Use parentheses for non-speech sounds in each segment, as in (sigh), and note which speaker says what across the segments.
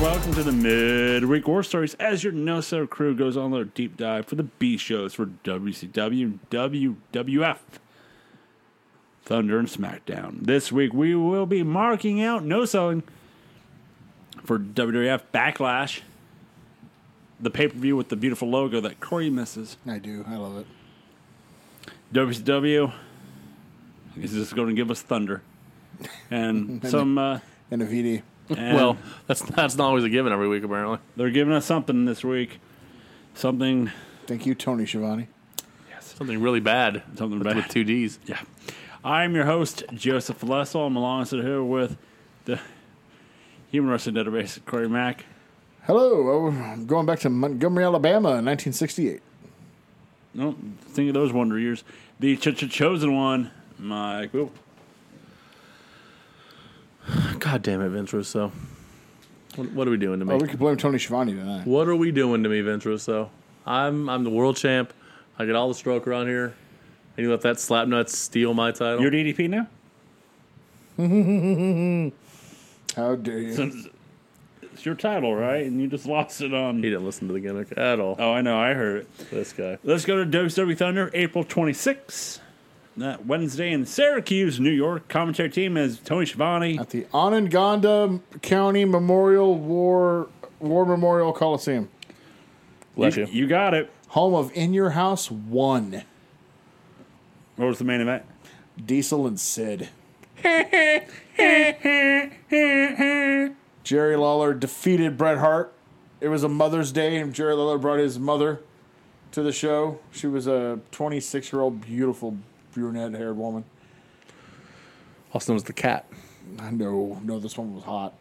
Speaker 1: welcome to the Midweek War Stories as your No Sir crew goes on their deep dive for the B shows for WCW, WWF, Thunder, and SmackDown. This week we will be marking out No Selling for WWF Backlash, the pay per view with the beautiful logo that Corey misses.
Speaker 2: I do. I love it.
Speaker 1: WCW is just going to give us Thunder and some. Uh,
Speaker 2: And a VD.
Speaker 1: and-
Speaker 3: Well, that's that's not always a given every week apparently.
Speaker 1: They're giving us something this week. Something,
Speaker 2: Thank you, Tony Schiavone.
Speaker 3: Something really bad.
Speaker 1: something
Speaker 3: with,
Speaker 1: bad.
Speaker 3: with two D's.
Speaker 1: yeah. I'm your host, Joseph Lessel. I'm alongside here with the Human Wrestling Database, Corey Mack.
Speaker 2: Hello. Oh, I'm going back to Montgomery, Alabama in 1968.
Speaker 1: No, think of those wonder years. The ch- ch- chosen one, Mike. Will.
Speaker 3: God damn it, Vince Russo. What, what are we doing to me?
Speaker 2: Oh, we could blame Tony Schiavone tonight.
Speaker 3: What are we doing to me, Vince Russo? I'm I'm the world champ. I get all the stroke around here. And you let that slapnut steal my title.
Speaker 1: You're DDP now?
Speaker 2: How dare you?
Speaker 1: Since it's your title, right? And you just lost it on.
Speaker 3: he didn't listen to the gimmick at all.
Speaker 1: Oh, I know. I heard it.
Speaker 3: This guy.
Speaker 1: Let's go to WWE Thunder, April 26th. That Wednesday in Syracuse, New York. Commentary team is Tony Schiavone.
Speaker 2: At the Onondaga County Memorial War War Memorial Coliseum,
Speaker 3: Bless you.
Speaker 1: You got it.
Speaker 2: home of In Your House One,
Speaker 1: What was the main event?
Speaker 2: Diesel
Speaker 1: (laughs)
Speaker 2: and Sid. Jerry Lawler defeated Bret Hart. It was a Mother's Day, and Jerry Lawler brought his mother to the show. She was a 26 year old, beautiful brunette haired woman.
Speaker 3: Also known as the cat.
Speaker 2: I know, no, this one was hot.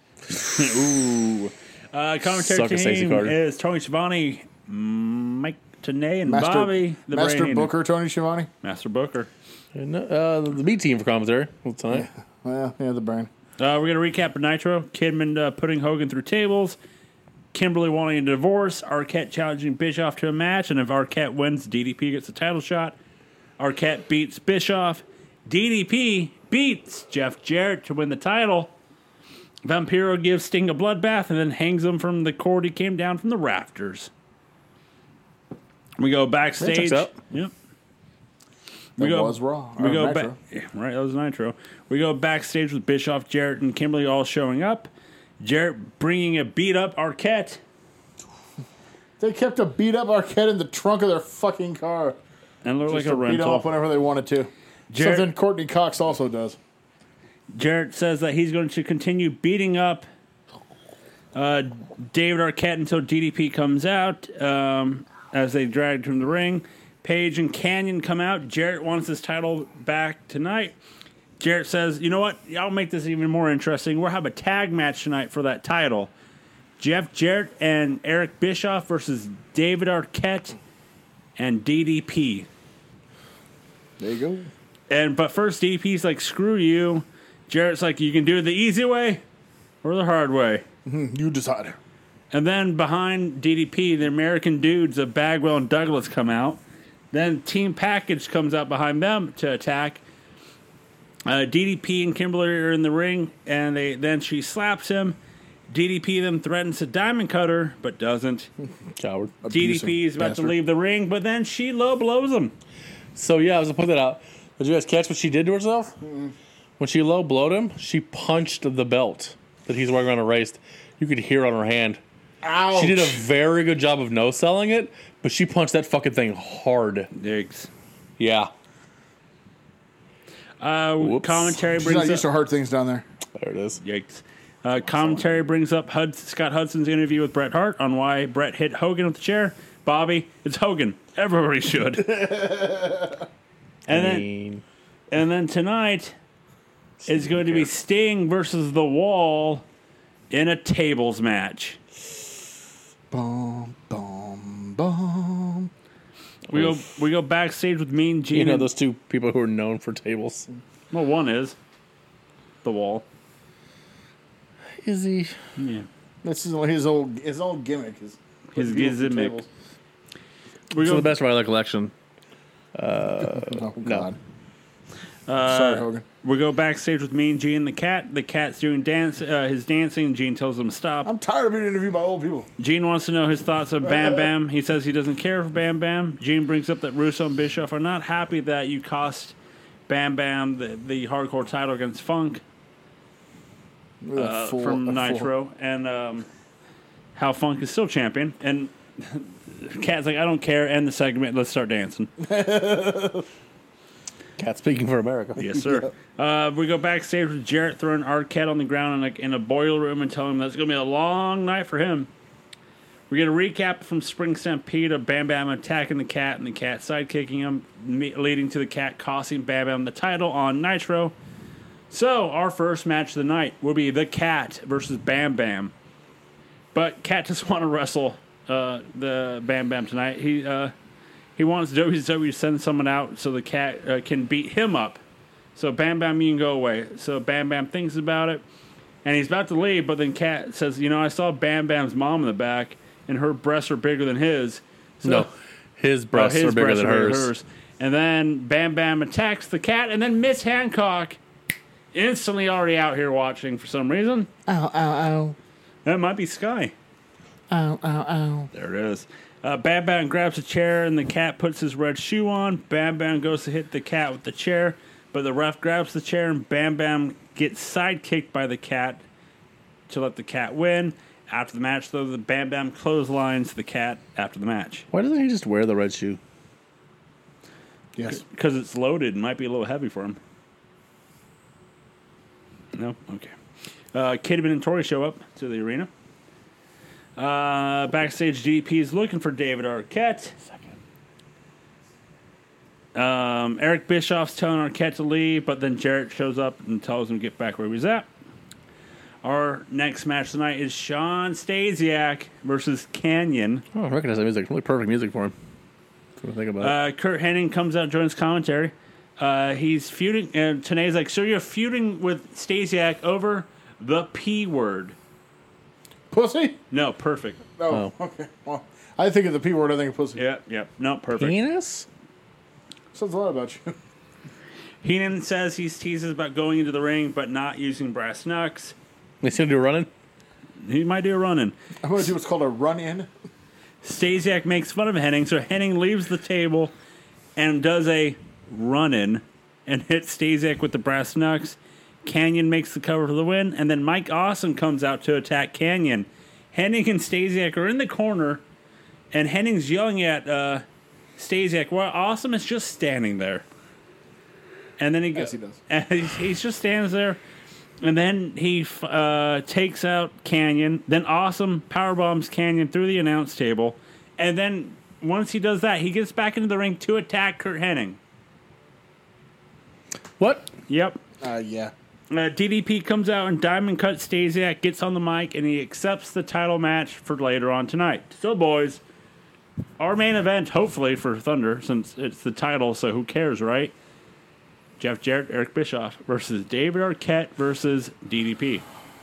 Speaker 1: Ooh. Uh, commentary
Speaker 3: Sucker, Stacey
Speaker 1: team
Speaker 3: Carter.
Speaker 1: is Tony Schiavone, Mike Tanay, and
Speaker 2: Master,
Speaker 1: Bobby the
Speaker 2: Master
Speaker 1: Brain.
Speaker 2: Booker, Tony Schiavone.
Speaker 1: Master Booker.
Speaker 3: And, uh, the B team for commentary tonight.
Speaker 2: Well, yeah, the brain.
Speaker 1: Uh, we're going to recap Nitro. Kidman uh, putting Hogan through tables. Kimberly wanting a divorce. Arquette challenging Bischoff to a match. And if Arquette wins, DDP gets a title shot. Arquette beats Bischoff. DDP beats Jeff Jarrett to win the title. Vampiro gives Sting a bloodbath and then hangs him from the cord he came down from the rafters. We go backstage.
Speaker 3: out.
Speaker 1: Yep.
Speaker 2: That
Speaker 1: We go-
Speaker 2: was Raw.
Speaker 1: We
Speaker 2: or
Speaker 1: go
Speaker 2: Nitro.
Speaker 1: back. Right, that was Nitro. We go backstage with Bischoff, Jarrett, and Kimberly all showing up. Jarrett bringing a beat up Arquette.
Speaker 2: They kept a beat up Arquette in the trunk of their fucking car.
Speaker 1: And look like
Speaker 2: Just
Speaker 1: a
Speaker 2: to beat him up
Speaker 1: rental.
Speaker 2: whenever they wanted to.
Speaker 1: Jared-
Speaker 2: Something Courtney Cox also does.
Speaker 1: Jarrett says that he's going to continue beating up uh, David Arquette until DDP comes out. Um, as they dragged him to the ring, Page and Canyon come out. Jarrett wants his title back tonight. Jarrett says, "You know what? I'll make this even more interesting. We'll have a tag match tonight for that title. Jeff Jarrett and Eric Bischoff versus David Arquette and DDP."
Speaker 2: There you go.
Speaker 1: And but first DP's like, screw you. Jarrett's like, you can do it the easy way or the hard way.
Speaker 2: You decide.
Speaker 1: And then behind DDP, the American dudes of Bagwell and Douglas come out. Then Team Package comes out behind them to attack. Uh, DDP and Kimberly are in the ring, and they then she slaps him. DDP then threatens to diamond cutter, but doesn't.
Speaker 3: Coward.
Speaker 1: DDP is about
Speaker 2: bastard.
Speaker 1: to leave the ring, but then she low blows him.
Speaker 3: So yeah, I was gonna point that out. Did you guys catch what she did to herself? When she low blowed him, she punched the belt that he's wearing on her waist. You could hear it on her hand.
Speaker 2: Ouch.
Speaker 3: She did a very good job of no selling it, but she punched that fucking thing hard.
Speaker 1: Diggs.
Speaker 3: Yeah.
Speaker 1: Uh,
Speaker 3: Whoops.
Speaker 1: commentary
Speaker 2: She's
Speaker 1: brings
Speaker 2: not
Speaker 1: up-
Speaker 2: used to hard things down there.
Speaker 3: There it is.
Speaker 1: Yikes. Uh, commentary brings up Hud- Scott Hudson's interview with Bret Hart on why Bret hit Hogan with the chair. Bobby, it's Hogan. Everybody should. and
Speaker 3: I
Speaker 1: then
Speaker 3: mean,
Speaker 1: and then tonight is going to be Sting versus The Wall in a tables match.
Speaker 2: Boom, boom, boom.
Speaker 1: We go we go backstage with Mean Gene.
Speaker 3: you know
Speaker 1: and-
Speaker 3: those two people who are known for tables.
Speaker 1: well, one is The Wall.
Speaker 3: Is he?
Speaker 1: Yeah.
Speaker 2: This is his old his old gimmick. His,
Speaker 1: His
Speaker 2: beautiful
Speaker 1: gimmick.
Speaker 2: tables.
Speaker 1: We
Speaker 3: To
Speaker 1: go,
Speaker 3: the best of my recollection,
Speaker 2: Oh God.
Speaker 1: Uh,
Speaker 2: Sorry, Hogan.
Speaker 1: We go backstage with Mean Gene and the cat. The cat's doing dance, uh, his dancing. Gene tells him to stop.
Speaker 2: I'm tired of being interviewed by old people.
Speaker 1: Gene wants to know his thoughts of Bam Bam. He says he doesn't care for Bam Bam. Gene brings up that Russo and Bischoff are not happy that you cost Bam Bam the, the hardcore title against Funk
Speaker 2: Look at that
Speaker 1: uh,
Speaker 2: fool-
Speaker 1: from
Speaker 2: a fool.
Speaker 1: Nitro and um, how Funk is still champion. And (laughs) Cat's like, I don't care. End the segment. Let's start dancing.
Speaker 3: Cat speaking for America. (laughs)
Speaker 1: Yes, sir. uh, we go backstage with Jarrett throwing Arquette on the ground in a, in a boiler room and telling him that's going to be a long night for him. We get a recap from Spring Stampede of Bam Bam attacking the cat and the cat sidekicking him, me- leading to the cat costing Bam Bam the title on Nitro. So, our first match of the night will be the cat versus Bam Bam. But Cat (laughs) doesn't want to wrestle uh, the Bam Bam tonight. He uh, he wants WWE to send someone out so the cat uh, can beat him up. So Bam Bam, you can go away. So Bam Bam thinks about it, and he's about to leave, but then Cat says, "You know, I saw Bam Bam's mom in the back, and her breasts are bigger than his." So,
Speaker 3: No, his
Speaker 1: Oh,
Speaker 3: breasts are bigger
Speaker 1: breasts
Speaker 3: than
Speaker 1: are
Speaker 3: hers.
Speaker 1: And then Bam Bam attacks the cat, and then Miss Hancock, instantly already out here watching for some reason.
Speaker 4: Ow, ow,
Speaker 1: That might be Sky.
Speaker 4: ow. Ow, ow, ow.
Speaker 1: There it is. Uh, Bam Bam grabs a chair and the cat puts his red shoe on. Bam Bam goes to hit the cat with the chair, but the ref grabs the chair and Bam Bam gets sidekicked by the cat to let the cat win. After the match, though, the Bam Bam clotheslines the cat after the match.
Speaker 3: Why doesn't he just wear the red shoe?
Speaker 2: Yes.
Speaker 1: Because it's loaded and might be a little heavy for him. No? Okay. Uh, Kidman and Tori show up to the arena. Uh, backstage, DP is looking for David Arquette. Um, Eric Bischoff's telling Arquette to leave, but then Jarrett shows up and tells him to get back where he was at. Our next match tonight is Sean Stasiak versus Canyon.
Speaker 3: Oh, I recognize that music. Really perfect music for him. That's what I think about it.
Speaker 1: Uh, Kurt Hennig comes out and joins commentary. Uh, he's feuding, and Tanae's like, "So you're feuding with Stasiak over the p word?"
Speaker 2: Pussy?
Speaker 1: No, perfect.
Speaker 2: No.
Speaker 1: Oh.
Speaker 2: Okay. Well, I think of the P word, I think of pussy.
Speaker 1: Yep, yep. No, perfect.
Speaker 3: Penis?
Speaker 2: Says a lot about you. (laughs)
Speaker 1: Heenan says he teases about going into the ring, but not using brass knucks.
Speaker 3: They seem to do running.
Speaker 1: He might do a running.
Speaker 2: I'm going to do what's called a run in.
Speaker 1: Stasiak makes fun of Henning, so Henning leaves the table and does a run in and hits Stasiak with the brass knucks. Canyon makes the cover for the win, and then Mike Awesome comes out to attack Canyon. Henning and Stasiak are in the corner, and Henning's yelling at uh, Stasiak while Awesome is just standing there. And then he goes,
Speaker 2: Yes, he does.
Speaker 1: (laughs) and he, he just stands there, and then he f- uh, takes out Canyon. Then Awesome power bombs Canyon through the announce table, and then once he does that, he gets back into the ring to attack Kurt Hennig.
Speaker 3: What?
Speaker 1: Yep.
Speaker 2: Uh, yeah.
Speaker 1: Uh, DDP comes out and Diamond Cut Stasiak gets on the mic and he accepts the title match for later on tonight. So, boys, our main event, hopefully for Thunder, since it's the title, so who cares, right? Jeff Jarrett, Eric Bischoff versus David Arquette versus DDP.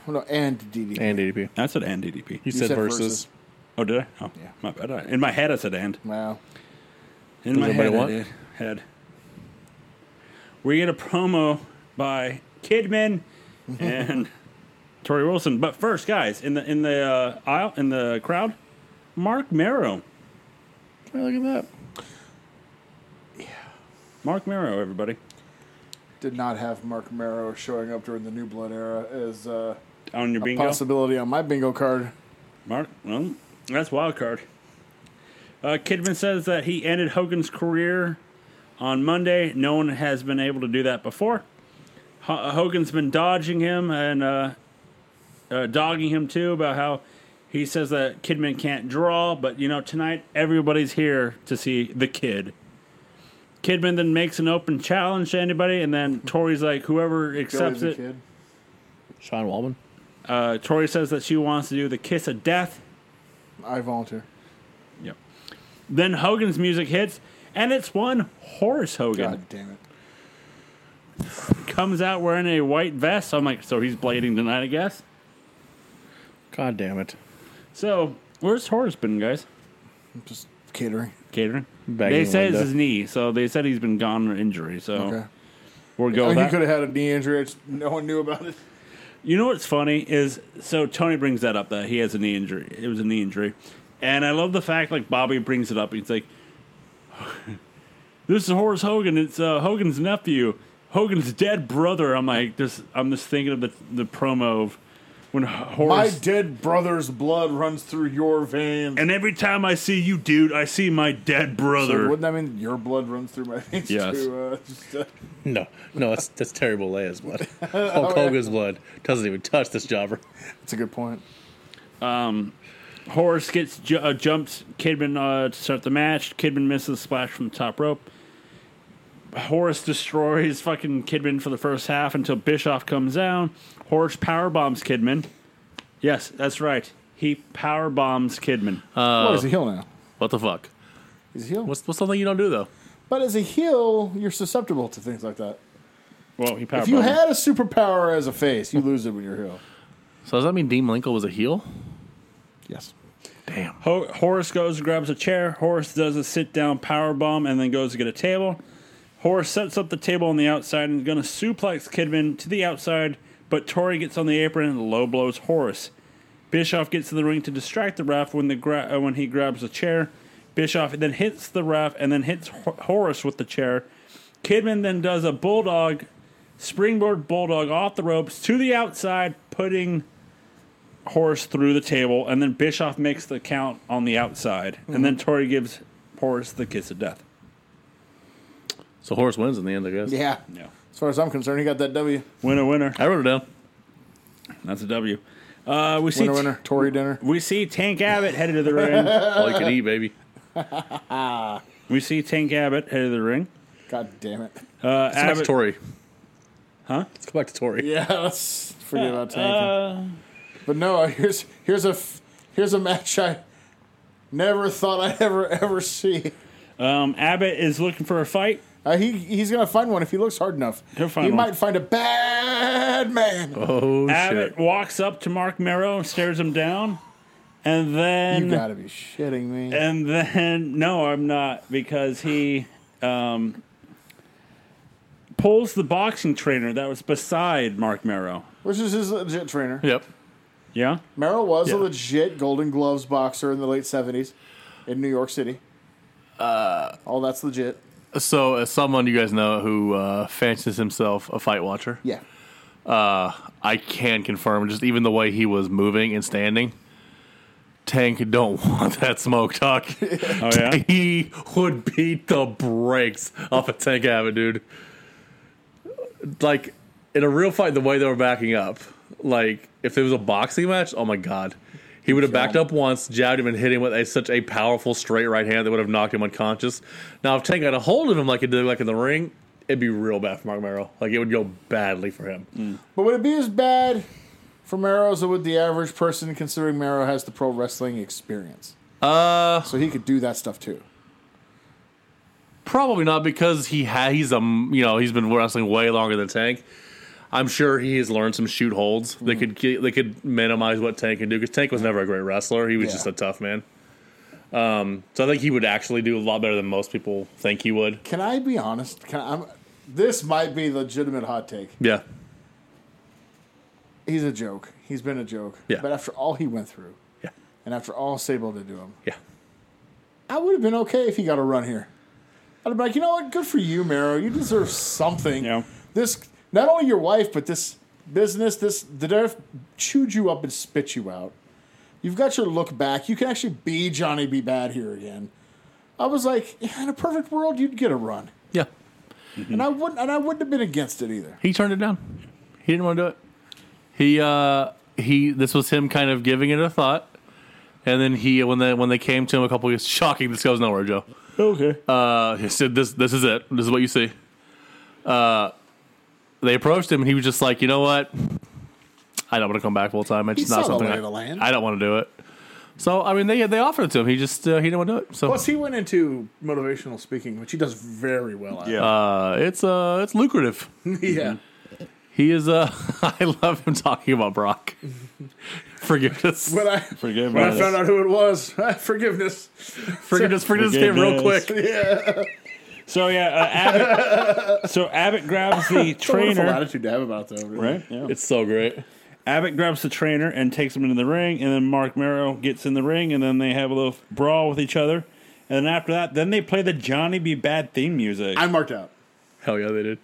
Speaker 2: Oh, no, and DD.
Speaker 3: And ADP. You,
Speaker 1: That's an and DDP.
Speaker 3: said,
Speaker 2: said
Speaker 3: versus.
Speaker 2: versus.
Speaker 1: Oh, did I? Oh,
Speaker 2: Yeah.
Speaker 1: My bad. I- In my head, I said and.
Speaker 2: Wow.
Speaker 1: In
Speaker 3: Does
Speaker 1: my
Speaker 3: everybody
Speaker 1: head, I
Speaker 3: want?
Speaker 1: did. head. We get a promo by Kidman and Tori Wilson. But first, guys, in the in the uh, aisle in the crowd, Mark Merrow.
Speaker 3: Oh, look at that.
Speaker 1: Mark Merrow, everybody.
Speaker 2: Did not have Mark Marrow showing up during the New Blood era as uh,
Speaker 1: On your
Speaker 2: a
Speaker 1: bingo.
Speaker 2: possibility on my bingo card.
Speaker 1: Mark, well, that's wild card. Uh, Kidman says that he ended Hogan's career on Monday. No one has been able to do that before. Ho- uh, Hogan's been dodging him and uh, uh, dogging him too about how he says that Kidman can't draw, but you know tonight everybody's here to see the kid. Kidman then makes an open challenge to anybody, and then Tori's like, whoever accepts
Speaker 2: Billy
Speaker 1: it,
Speaker 2: the Kid.
Speaker 3: Sean Wallman.
Speaker 1: uh, Tori says that she wants to do the kiss of death.
Speaker 2: I volunteer.
Speaker 1: Yep. Then Hogan's music hits, and it's one Horace Hogan
Speaker 2: God damn it.
Speaker 1: comes out wearing a white vest. I'm like, so he's blading tonight, I guess.
Speaker 3: God damn it.
Speaker 1: So where's Horace been, guys?
Speaker 2: I'm just catering.
Speaker 1: Catering.
Speaker 3: Bagging
Speaker 1: they say it's
Speaker 3: Linda.
Speaker 1: his knee, so they said he's been gone with injury. So
Speaker 2: Okay.
Speaker 1: We're going. with
Speaker 2: I mean, he
Speaker 1: Oh. that.
Speaker 2: could have had a knee injury. It's- No one knew about it.
Speaker 1: You know what's funny is so Tony brings that up that he has a knee injury. It was a knee injury, and I love the fact like Bobby brings it up. He's like, (laughs) "This is Horace Hogan. It's uh, Hogan's nephew, Hogan's dead brother." I'm like, "This." I'm just thinking of the the promo of when
Speaker 2: My
Speaker 1: Horace.
Speaker 2: dead brother's blood runs through your veins.
Speaker 1: and every time I see you, dude, I see my dead
Speaker 2: So
Speaker 1: brother.
Speaker 2: wouldn't that mean your blood runs through my veins
Speaker 1: Yes.
Speaker 2: too? Uh, just, uh,
Speaker 3: No, no, that's that's terrible. Leia's blood, Hulk Hogan's blood doesn't even touch this jobber.
Speaker 2: that's a good point.
Speaker 1: Horace gets ju- uh, jumps Kidman uh, to start the match. Kidman misses a splash from the top rope. Horace destroys fucking Kidman for the first half until Bischoff comes down. Horace power bombs Kidman. Yes, that's right. He power bombs Kidman.
Speaker 2: Oh, is a heel now?
Speaker 3: What the fuck?
Speaker 2: He's a heel.
Speaker 3: What's what's something you don't do though?
Speaker 2: But as a heel, you're susceptible to things like that.
Speaker 1: well, he power
Speaker 2: If you
Speaker 1: bombed.
Speaker 2: had a superpower as a face, you lose it when you're heel.
Speaker 3: So does that mean Dean Linkle was a heel?
Speaker 2: Yes.
Speaker 3: Damn.
Speaker 1: Ho- Horace goes and grabs a chair. Horace does a sit down power bomb and then goes to get a table. Horace sets up the table on the outside and is going to suplex Kidman to the outside, but Tori gets on the apron and low blows Horace. Bischoff gets to the ring to distract the ref when the gra- uh, when he grabs a chair. Bischoff then hits the ref and then hits Ho- Horace with the chair. Kidman then does a bulldog, springboard bulldog off the ropes to the outside, putting Horace through the table, and then Bischoff makes the count on the outside, and
Speaker 2: Mm-hmm.
Speaker 1: then Tori gives Horace the kiss of death.
Speaker 3: So Horace wins in the end, I guess.
Speaker 2: Yeah.
Speaker 1: Yeah.
Speaker 2: As far as I'm concerned, he got that W.
Speaker 1: Winner, winner.
Speaker 3: I wrote it down.
Speaker 1: That's a W. Uh, we see
Speaker 2: Winner, winner, Tory dinner.
Speaker 1: we see Tank Abbott headed to the
Speaker 2: (laughs)
Speaker 1: ring.
Speaker 3: All you can eat, baby.
Speaker 1: We see Tank Abbott headed to the ring.
Speaker 2: God damn it.
Speaker 1: Uh,
Speaker 3: Let's go back to
Speaker 1: Abbott,
Speaker 3: Tori. Huh? Let's go back to Tori.
Speaker 2: Yeah, let's forget
Speaker 1: Uh,
Speaker 2: about tanking. but no, (laughs) here's here's a f- here's a match I never thought I'd ever ever see.
Speaker 1: um, Abbott is looking for a fight.
Speaker 2: Uh, he he's gonna find one if he looks hard enough.
Speaker 1: He'll find
Speaker 2: he
Speaker 1: one.
Speaker 2: might find a bad man.
Speaker 3: Oh
Speaker 1: Abbott
Speaker 3: shit.
Speaker 1: walks up to Mark Merrow and stares him down, and then
Speaker 2: You gotta be shitting me.
Speaker 1: And then no, I'm not because he um, pulls the boxing trainer that was beside Mark Merrow.
Speaker 2: Which is his legit trainer.
Speaker 3: Yep.
Speaker 1: Yeah,
Speaker 2: Merrill was
Speaker 3: Yeah.
Speaker 2: a legit Golden Gloves boxer in the late seventies in New York City. Uh, All that's legit.
Speaker 3: So as someone you guys know who uh, fancies himself a fight watcher,
Speaker 2: Yeah.
Speaker 3: I can confirm just even the way he was moving and standing. Tank don't (laughs) want that smoke talk.
Speaker 1: (laughs) oh yeah.
Speaker 3: (laughs) he would beat the brakes off of Tank Abbott, dude. Like in a real fight, the way they were backing up, like if it was a boxing match, oh my god, he would have backed up once, jabbed him, and hit him with a, such a powerful straight right hand that would have knocked him unconscious. Now, if Tank got a hold of him like it did, like in the ring, it'd be real bad for Mark Merrill. Like it would go badly for him.
Speaker 2: But would it be as bad for Merrow as it would the average person, considering Merrow has the pro wrestling experience? Uh, so he could do that stuff too.
Speaker 3: Probably not because he ha- he's um you know he's been wrestling way longer than Tank. I'm sure he has learned some shoot holds. They could get, they could minimize what Tank can do because Tank was never a great wrestler. He was
Speaker 2: Yeah.
Speaker 3: just a tough man. Um, so I think he would actually do a lot better than most people think he would.
Speaker 2: Can I be honest? Can I, am this might be legitimate hot take.
Speaker 3: Yeah,
Speaker 2: He's a joke. He's been a joke.
Speaker 3: Yeah.
Speaker 2: But after all he went through,
Speaker 3: yeah,
Speaker 2: and after all Sable did to him,
Speaker 3: yeah.
Speaker 2: I would have been okay if he got a run here. I'd be like, you know what? Good for you, Marrow. You deserve something.
Speaker 1: Yeah.
Speaker 2: This not only your wife, but this business, this the death chewed you up and spit you out. You've got your look back. You can actually be Johnny B. Bad here again. I was like, yeah, in a perfect world, you'd get a run,
Speaker 3: Yeah,
Speaker 2: and I wouldn't, and I wouldn't have been against it either.
Speaker 3: he turned it down. He didn't want to do it. He uh he this was him kind of giving it a thought, and then he when they when they came to him a couple of years shocking this goes nowhere Joe.
Speaker 1: Okay.
Speaker 3: Uh, he said, "This, this is it. This is what you see." Uh, they approached him, and he was just like, "You know what? I don't want to come back full time. It's
Speaker 2: He
Speaker 3: just not
Speaker 2: saw the
Speaker 3: something
Speaker 2: lay
Speaker 3: I,
Speaker 2: of the land.
Speaker 3: I don't want to do it." So I mean, they they offered it to him. He just uh, he didn't want to do it. So
Speaker 2: Plus, he went into motivational speaking, which he does very well at.
Speaker 1: Yeah. Mm-hmm.
Speaker 3: uh, it's uh it's lucrative.
Speaker 2: (laughs) yeah.
Speaker 3: He is uh (laughs) I love him talking about Brock. (laughs) Forgiveness,
Speaker 2: When I
Speaker 1: Forgive
Speaker 2: when I
Speaker 1: us.
Speaker 2: found out who it was, (laughs) forgiveness.
Speaker 3: forgiveness, forgiveness came real
Speaker 2: (laughs)
Speaker 1: Forgiveness.
Speaker 3: quick.
Speaker 1: So yeah, uh, Abbott.
Speaker 2: (laughs)
Speaker 1: so Abbott grabs the
Speaker 2: It's a wonderful
Speaker 1: trainer.
Speaker 2: attitude to have about though, really.
Speaker 1: Right?
Speaker 2: Yeah.
Speaker 3: It's so great.
Speaker 1: Abbott grabs the trainer and takes him into the ring, and then Mark Merrow gets in the ring, and then they have a little brawl with each other. And then after that, then they play the Johnny B. Bad theme music.
Speaker 2: I marked out.
Speaker 3: Hell yeah, they did.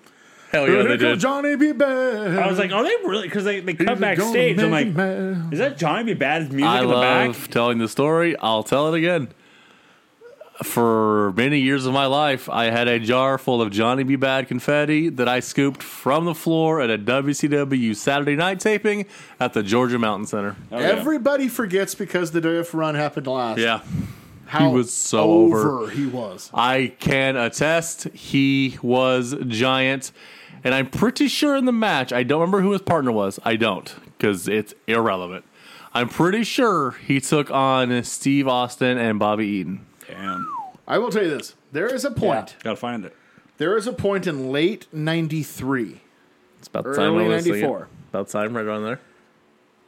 Speaker 3: Hell yeah,
Speaker 2: Here
Speaker 3: they
Speaker 2: comes
Speaker 3: did.
Speaker 2: Johnny B. Bad.
Speaker 1: I was like, are they really? Because they, they come
Speaker 2: He's a gonna
Speaker 1: backstage. I'm like,
Speaker 2: make man.
Speaker 1: is that Johnny B. Bad's music
Speaker 3: I
Speaker 1: in the
Speaker 3: love
Speaker 1: back?
Speaker 3: telling the story. I'll tell it again. For many years of my life, I had a jar full of Johnny B. Bad confetti that I scooped from the floor at a WCW Saturday night taping at the Georgia Mountain Center.
Speaker 1: Oh, yeah.
Speaker 2: Everybody forgets because the Durf run happened last.
Speaker 3: Yeah.
Speaker 2: How
Speaker 3: was so over.
Speaker 2: He was.
Speaker 3: I can attest he was giant. And I'm pretty sure in the match, I don't remember who his partner was. I don't, because it's irrelevant. I'm pretty sure he took on Steve Austin and Bobby Eaton.
Speaker 1: Damn.
Speaker 2: I will tell you this. There is a point.
Speaker 1: Gotta find it.
Speaker 2: There is a point in late 93.
Speaker 3: It's about
Speaker 2: Early
Speaker 3: time I was
Speaker 2: 94.
Speaker 3: About time, right around there.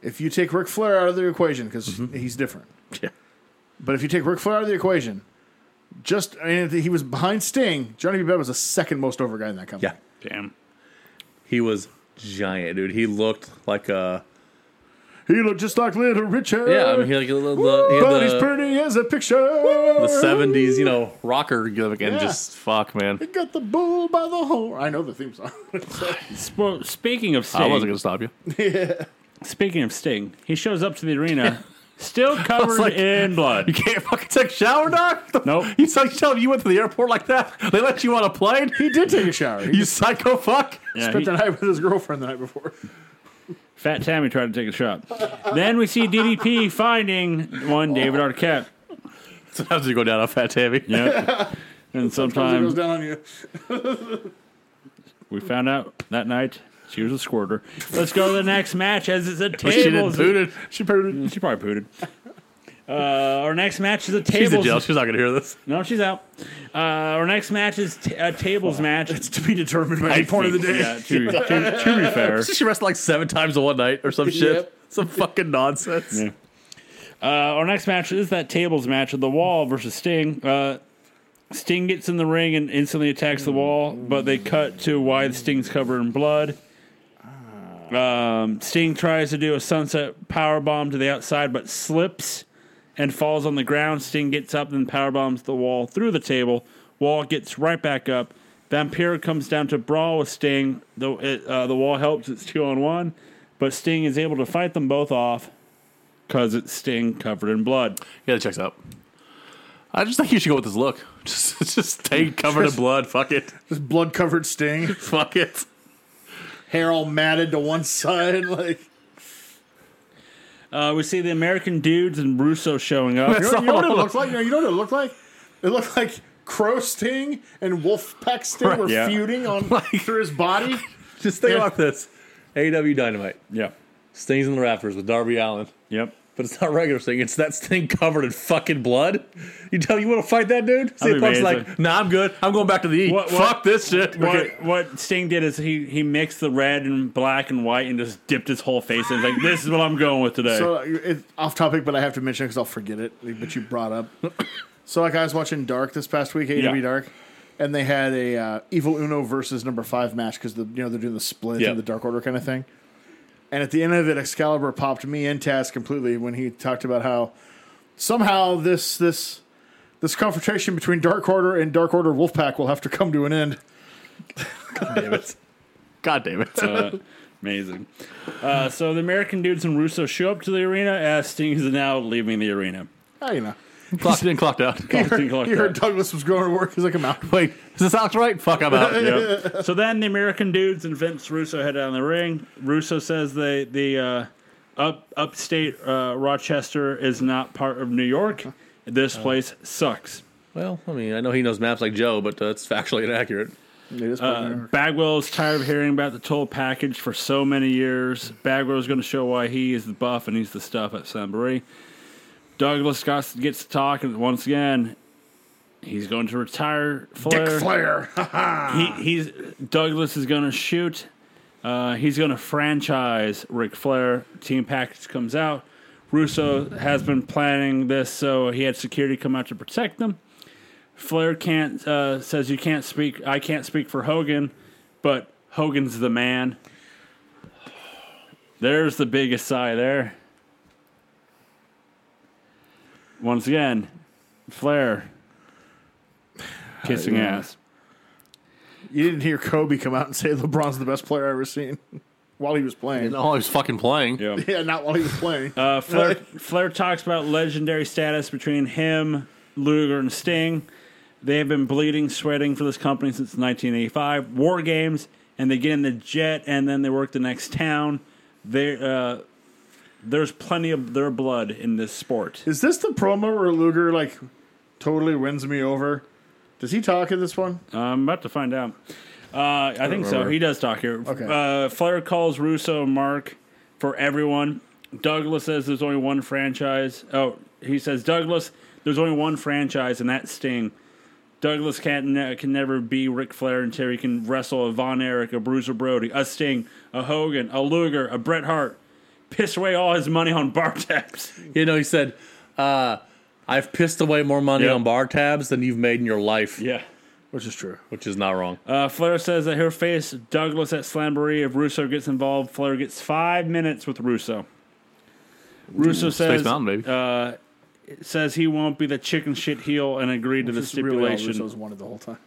Speaker 2: If you take Ric Flair out of the equation, because he's different.
Speaker 3: Yeah.
Speaker 2: But if you take Ric Flair out of the equation, just I mean, he was behind Sting. Johnny B. Bad was the second most over guy in that company.
Speaker 3: Yeah.
Speaker 1: Damn.
Speaker 3: He was giant, dude. He looked like a.
Speaker 2: He looked just like Little Richard.
Speaker 3: Yeah, I mean, he, like, the, the, he had
Speaker 2: but he's
Speaker 3: the-
Speaker 2: pretty as a picture.
Speaker 3: uh, the 70s, you know, rocker gimmick and
Speaker 2: Yeah.
Speaker 3: just fuck, man.
Speaker 2: He got the bull by the horn. I know the theme song.
Speaker 1: Spo- speaking of Sting,
Speaker 3: I wasn't going to stop you.
Speaker 1: speaking of Sting, he shows up to the
Speaker 3: (laughs)
Speaker 1: arena, still covered
Speaker 3: like-
Speaker 1: in blood.
Speaker 3: You can't fucking take a shower, doc.
Speaker 1: Nope.
Speaker 3: You psych tell you went to the airport like that. They let you on a plane.
Speaker 2: he did take a shower. He
Speaker 3: You psycho fuck.
Speaker 1: Yeah,
Speaker 2: spent
Speaker 1: he-
Speaker 2: the night with his girlfriend the night before.
Speaker 1: Fat Tammy tried to take a shot. then we see DDP finding one David Arquette.
Speaker 3: (laughs) Sometimes you go down on fat Tammy.
Speaker 1: Yep. And
Speaker 2: Sometimes it goes
Speaker 1: sometimes
Speaker 2: down on you.
Speaker 1: we found out that night she was a squirter. Let's go to the next match as it's a
Speaker 3: But she didn't
Speaker 1: tables.
Speaker 3: boot it. She booted.
Speaker 1: She probably pooted. Uh, our next match is a
Speaker 3: She's
Speaker 1: tables.
Speaker 3: in jail. She's not gonna hear this.
Speaker 1: No, she's out. Uh, our next match is t- a tables match.
Speaker 2: It's to be determined by
Speaker 3: I
Speaker 2: the point of the day.
Speaker 1: Yeah, to, to, to
Speaker 2: (laughs)
Speaker 1: be fair.
Speaker 3: (laughs) She wrestled like seven times in one night or some shit.
Speaker 2: Yep.
Speaker 3: Some fucking nonsense.
Speaker 1: Yeah. Uh, our next match is that tables match of the wall versus Sting. Uh, Sting gets in the ring and instantly attacks the wall, but they cut to why the Sting's covered in blood. Um, Sting tries to do a sunset power bomb to the outside, but slips and falls on the ground. Sting gets up and power bombs the wall through the table. Wall gets right back up. Vampiro comes down to brawl with Sting. The it, uh, the wall helps. It's two on one, but Sting is able to fight them both off because it's Sting covered in blood.
Speaker 3: Yeah, that checks out. I just think you should go with this look. (laughs) Just, just stay covered in blood. Fuck it. (laughs)
Speaker 2: This blood covered sting,
Speaker 3: Fuck it.
Speaker 2: hair all matted to one side. Like
Speaker 1: Uh, we see the American dudes and Russo showing
Speaker 2: (laughs)
Speaker 1: up.
Speaker 2: you know,
Speaker 3: That's
Speaker 2: you know what it
Speaker 3: all.
Speaker 2: looked like? You know, you know what it looked like? It looked like Crow Sting and Wolfpack Sting were
Speaker 1: Yeah.
Speaker 2: feuding on through his body.
Speaker 3: Just think about this. AW Dynamite.
Speaker 1: yep.
Speaker 3: Stings in the rafters with Darby Allen.
Speaker 1: Yep.
Speaker 3: But it's not regular Sting. It's that Sting covered in fucking blood. You tell me you want to fight that dude? See,
Speaker 1: That'd be
Speaker 3: Punk's
Speaker 1: amazing.
Speaker 3: like, nah, I'm good. I'm going back to the E.
Speaker 1: What- what-
Speaker 3: Fuck this shit. Okay.
Speaker 1: What what Sting did is he he mixed the red and black and white and just dipped his whole face in. He's like this is what I'm going with today.
Speaker 2: So it's off topic, but I have to mention because I'll forget it. But you brought up. (coughs) so like I was watching Dark this past week, AEW
Speaker 1: Yeah.
Speaker 2: Dark, and they had a uh, Evil Uno versus Number Five match because the you know they're doing the split
Speaker 3: Yeah.
Speaker 2: and the Dark Order kind of thing. And at the end of it, Excalibur popped me and Taz completely when he talked about how somehow this this this confrontation between Dark Order and Dark Order Wolfpack will have to come to an end.
Speaker 3: God damn it. God damn (laughs) it.
Speaker 1: Amazing. Uh, so the American dudes and Russo show up to the arena as Sting is now leaving the arena.
Speaker 2: Ah, you know,
Speaker 3: clocked in, clocked (laughs) out.
Speaker 1: Sting clocked
Speaker 2: you heard
Speaker 1: out.
Speaker 2: Douglas was going to work. He's like, I'm out.
Speaker 3: Wait, is this Alex right? Fuck, I'm (laughs) out.
Speaker 1: Yep. So then the American dudes and Vince Russo head down the ring. Russo says the the uh, up upstate uh, Rochester is not part of New York. This place sucks.
Speaker 3: Well, I mean, I know he knows maps like Joe, but uh, it's factually inaccurate.
Speaker 2: It is
Speaker 1: Uh, Bagwell is tired of hearing about the toll package for so many years. Bagwell is going to show why he is the buff and he's the stuff at Sunbury. Douglas Scott gets to talk, and once again, he's going to retire Flair.
Speaker 2: Dick Flair.
Speaker 1: He, he's Douglas is going to shoot. Uh, he's going to franchise Ric Flair. Team package comes out. Russo has been planning this, so he had security come out to protect them. Flair can't uh, says you can't speak. I can't speak for Hogan, but Hogan's the man. There's the biggest sigh there. Once again, Flair kissing ass.
Speaker 2: You didn't hear Kobe come out and say LeBron's the best player I've ever seen (laughs) while he was playing.
Speaker 3: Oh, he's fucking playing.
Speaker 1: Yeah.
Speaker 2: (laughs) Yeah, not while he was playing.
Speaker 1: Uh, Flair, Flair talks about legendary status between him, Luger, and Sting. They have been bleeding, sweating for this company since 1985. War games, and they get in the jet, and then they work the next town. They, uh, there's plenty of their blood in this sport.
Speaker 2: Is this the promo where Luger like totally wins me over? Does he talk in this one?
Speaker 1: I'm about to find out. Uh, I, think so.
Speaker 3: remember.
Speaker 1: He does talk here.
Speaker 2: Okay.
Speaker 1: Uh, Flair calls Russo and Mark for everyone. Douglas says there's only one franchise. Oh, he says Douglas, there's only one franchise, and that's Sting. Douglas can't ne- can never be Ric Flair until he can wrestle a Von Erich, a Bruiser Brody, a Sting, a Hogan, a Luger, a Bret Hart. Piss away all his money on bar tabs.
Speaker 3: You know, he said, uh, I've pissed away more money
Speaker 1: Yeah.
Speaker 3: on bar tabs than you've made in your life,
Speaker 1: Yeah.
Speaker 2: Which is true.
Speaker 3: which is not wrong.
Speaker 1: Uh, Flair says that he'll face Douglas at Slamboree if Russo gets involved. Flair gets five minutes with Russo. Russo
Speaker 3: Space
Speaker 1: says
Speaker 3: Mountain,
Speaker 2: uh,
Speaker 3: baby.
Speaker 1: says he won't be the chicken shit heel and agreed to the
Speaker 2: This is really all
Speaker 1: stipulation.
Speaker 2: Russo's wanted the whole time.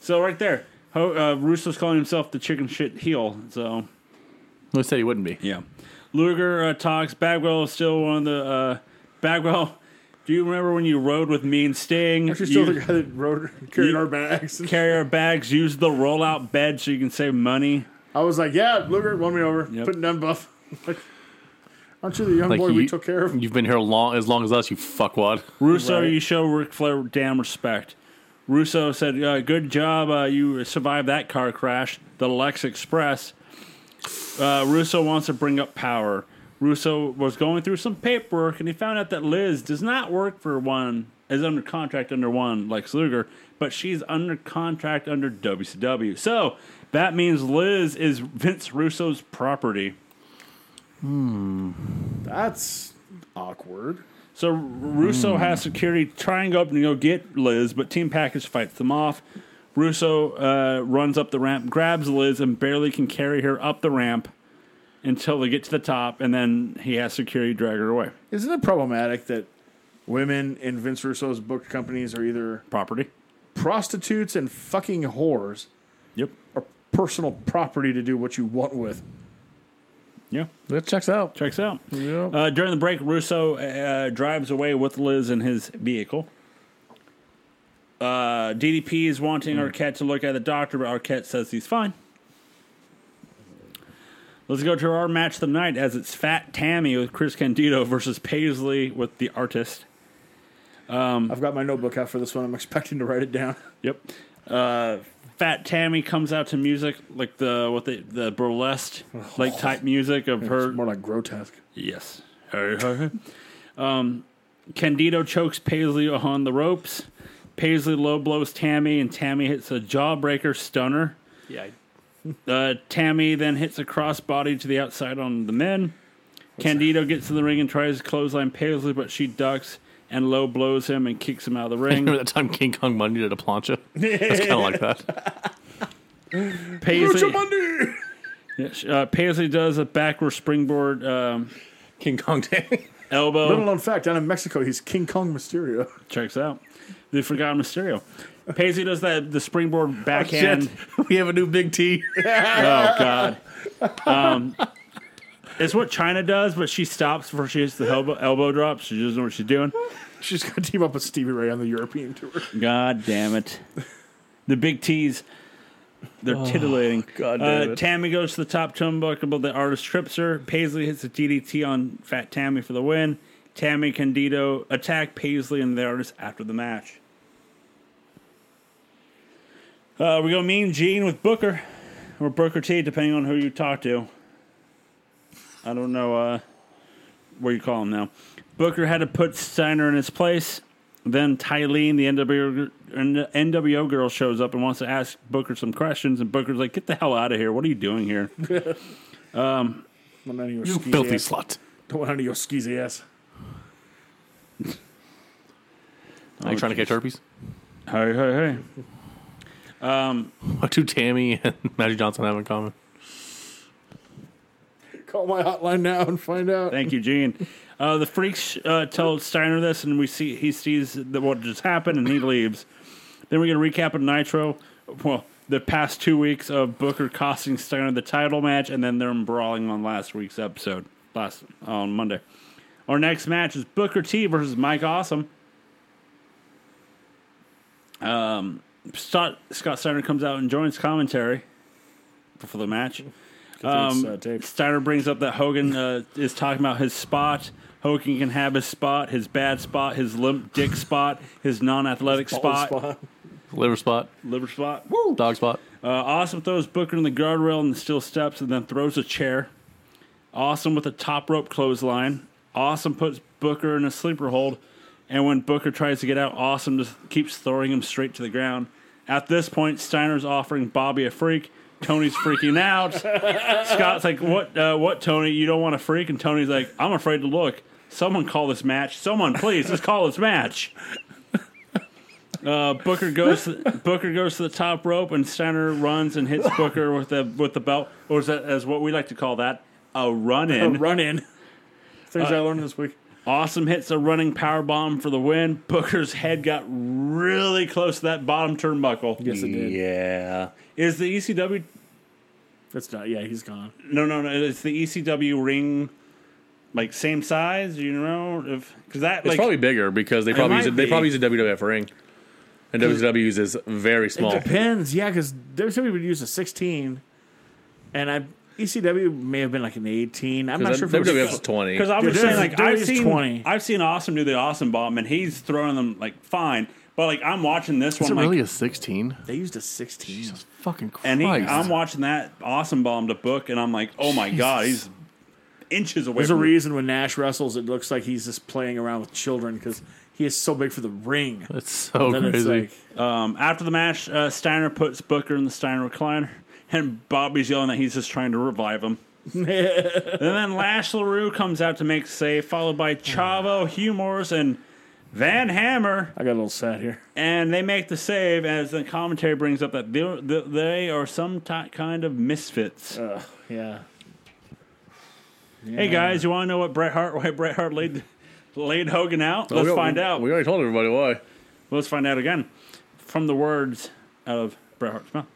Speaker 1: so right there, Ho- uh, Russo's calling himself the chicken shit heel. So
Speaker 3: Who said he wouldn't be?
Speaker 1: yeah, Luger uh, talks. Bagwell is still one of the uh, Bagwell. Do you remember when you rode with me and Sting?
Speaker 2: Aren't you still
Speaker 1: You
Speaker 2: the guy that (laughs) rode carried
Speaker 1: you-
Speaker 2: our bags?
Speaker 1: carry our bags. Use the rollout bed so you can save money.
Speaker 2: I was like, yeah, Luger won me over.
Speaker 1: Yep.
Speaker 2: Putting down Buff. (laughs) Like, aren't you the young
Speaker 3: Like
Speaker 2: boy
Speaker 3: you,
Speaker 2: we took
Speaker 1: Mm.
Speaker 2: care of?
Speaker 3: You've been here long as long as us, you fuckwad.
Speaker 1: Russo,
Speaker 2: Right.
Speaker 1: you show Ric Flair damn respect. Russo said, uh, "Good job, uh, you survived that car crash, the Lex Express." Uh, Russo wants to bring up power. Russo was going through some paperwork and he found out that Liz does not work for one is under contract under one Lex Luger, but she's under contract under WCW. So that means Liz is Vince Russo's property.
Speaker 2: That's awkward.
Speaker 1: So Russo has security trying up to go get Liz, but Team Package fights them off. Russo uh, runs up the ramp, grabs Liz, and barely can carry her up the ramp until they get to the top, and then he has security drag her away.
Speaker 2: Isn't it problematic that women in Vince Russo's book companies are either
Speaker 1: Property.
Speaker 2: prostitutes and fucking whores
Speaker 1: Yep.
Speaker 2: or personal property to do what you want with?
Speaker 1: Yeah.
Speaker 3: That checks out.
Speaker 1: Checks out. Uh, during the break, Russo uh, drives away with Liz in his vehicle. Uh, DDP is wanting Arquette to look at the doctor, but Arquette says he's fine. Let's go to our match of the night as it's Fat Tammy with Chris Candido versus Paisley with the artist.
Speaker 3: Um,
Speaker 2: I've got my notebook out for this one. I'm expecting to write it
Speaker 3: (laughs)
Speaker 2: down.
Speaker 1: Yep. Uh, Fat Tammy comes out to music like the what the the burlesque like type music of her
Speaker 2: It's more like grotesque.
Speaker 1: Yes. um, Candido chokes Paisley on the ropes. Paisley low blows Tammy, and Tammy hits a jawbreaker stunner.
Speaker 3: Yeah.
Speaker 1: Uh, Tammy then hits a crossbody to the outside on the men. Candido gets in the ring and tries to clothesline Paisley, but she ducks and low blows him and kicks him out of the ring.
Speaker 3: (laughs) (laughs) Remember that time King Kong Monday did a plancha? That's kind of like that.
Speaker 1: Paisley,
Speaker 2: Monday!
Speaker 1: uh, Paisley does a backward springboard um,
Speaker 3: (laughs) King
Speaker 2: (laughs)
Speaker 3: Kong Day.
Speaker 1: elbow.
Speaker 2: Little known fact, down in Mexico, he's King Kong Mysterio. (laughs)
Speaker 1: Checks out. The Forgotten Mysterio. Paisley does that the springboard backhand.
Speaker 3: Shit. We have a new big T.
Speaker 2: (laughs)
Speaker 1: Oh God. Um, it's what China does, but she stops before she hits the elbow, elbow drop. She doesn't know what she's doing.
Speaker 2: She's going to team up with Stevie Ray on the European tour. (laughs)
Speaker 1: God damn it. The big T's. They're titillating.
Speaker 3: Oh, God damn
Speaker 1: uh,
Speaker 3: it.
Speaker 1: Tammy goes to the top turnbuckle. The artist trips her. Paisley hits a DDT on Fat Tammy for the win. Tammy Candido attack Paisley and the artist after the match. Uh, we go Mean Gene with Booker or Booker T, depending on who you talk to. I don't know uh, what you call him now. Booker had to put Steiner in his place. Then Tylene, the NWO, gir- NWO girl, shows up and wants to ask Booker some questions. And Booker's like, Get the hell out of here. What are you doing here?
Speaker 2: Don't want any of
Speaker 3: You
Speaker 2: your skeezy
Speaker 3: filthy
Speaker 2: ass.
Speaker 3: slut.
Speaker 2: Don't want any of your skeezy ass. Oh,
Speaker 3: Are you trying to catch herpes?
Speaker 1: Hey, hey, hey.
Speaker 3: What do Tammy and (laughs) Magic Johnson have in common?
Speaker 2: Call my hotline now and find out.
Speaker 1: Thank you, Gene. Uh, the freaks uh, tell Steiner this, and we see he sees that what just happened, and he leaves. Then we get a recap of Nitro. Well, the past two weeks of Booker costing Steiner the title match, and then them brawling on last week's episode, last uh, on Monday. Our next match is Booker T versus Mike Awesome. Um, Scott, Scott Steiner comes out and joins commentary for the match. Um,
Speaker 2: uh, tape.
Speaker 1: Steiner brings up that Hogan uh, is talking about his spot. Hogan can have his spot, his bad spot, his limp dick spot, his non-athletic spot,
Speaker 3: Liver spot,
Speaker 1: liver spot.
Speaker 3: dog spot.
Speaker 1: Uh, awesome throws Booker in the guardrail and the steel steps, and then throws a chair. Awesome with a top rope clothesline. Awesome puts Booker in a sleeper hold, and when Booker tries to get out, Awesome just keeps throwing him straight to the ground. At this point, Steiner's offering Bobby a freak. Tony's freaking out. Scott's like, "What? Uh, what, Tony? You don't want a freak?" And Tony's like, "I'm afraid to look. Someone call this match. Someone, please, let's call this match." Uh, Booker goes. To, Booker goes to the top rope, and Steiner runs and hits Booker with the with the belt, or is that as what we like to call that a run in.
Speaker 2: (laughs) run in. Things
Speaker 3: Uh,
Speaker 2: I learned this week.
Speaker 1: awesome hits a running power bomb for the win. Booker's head got really close to that bottom turnbuckle.
Speaker 2: Yes, it did.
Speaker 3: Yeah.
Speaker 1: Is the ECW?
Speaker 2: It's not. Yeah, he's gone.
Speaker 1: No, no, no. It's the ECW ring, like same size. You know, if because that
Speaker 3: It's
Speaker 1: like
Speaker 3: probably bigger because they probably use
Speaker 1: might
Speaker 3: a, they
Speaker 1: be.
Speaker 3: probably use a WWF ring, and WCW uses very small.
Speaker 2: Depends. Yeah, because WWE would use a 16, and I ECW may have been like an 18. I'm not sure if it
Speaker 3: WWF
Speaker 2: was.
Speaker 3: is twenty.
Speaker 1: Because I'm
Speaker 2: Dude,
Speaker 1: just
Speaker 2: there's-
Speaker 1: saying, like
Speaker 2: there
Speaker 1: I've
Speaker 2: is
Speaker 1: seen,
Speaker 2: 20.
Speaker 1: I've seen Awesome do the Awesome Bomb, and he's throwing them like fine. But like I'm watching this
Speaker 5: Is
Speaker 1: one,
Speaker 5: it
Speaker 1: like,
Speaker 5: really a 16?
Speaker 2: They used a 16.
Speaker 5: Jesus fucking Christ.
Speaker 1: and he, I'm watching that Awesome Bomb to book, and I'm like, oh my god, he's inches away.
Speaker 2: There's a
Speaker 1: From
Speaker 2: reason when Nash wrestles, it looks like he's just playing around with children because he is so big for the ring.
Speaker 3: That's so
Speaker 2: Then it's
Speaker 3: crazy.
Speaker 2: like,
Speaker 1: um, after the match, uh, Steiner puts Booker in the Steiner recliner, and Bobby's yelling that he's just trying to revive
Speaker 3: (laughs)
Speaker 1: him. and then Lash LaRue comes out to make save, followed by Chavo, Humors, and Van Hammer.
Speaker 2: I got a little sad here.
Speaker 1: and they make the save as the commentary brings up that they're- th- they are some ti kind of misfits.
Speaker 3: Uh,
Speaker 2: Yeah.
Speaker 1: Hey guys, you want to know what Bret Hart why Bret Hart laid laid Hogan out?
Speaker 3: We
Speaker 1: Let's
Speaker 3: al-
Speaker 1: find out.
Speaker 3: We already told everybody why.
Speaker 1: Let's find out again from the words of Bret Hart's mouth.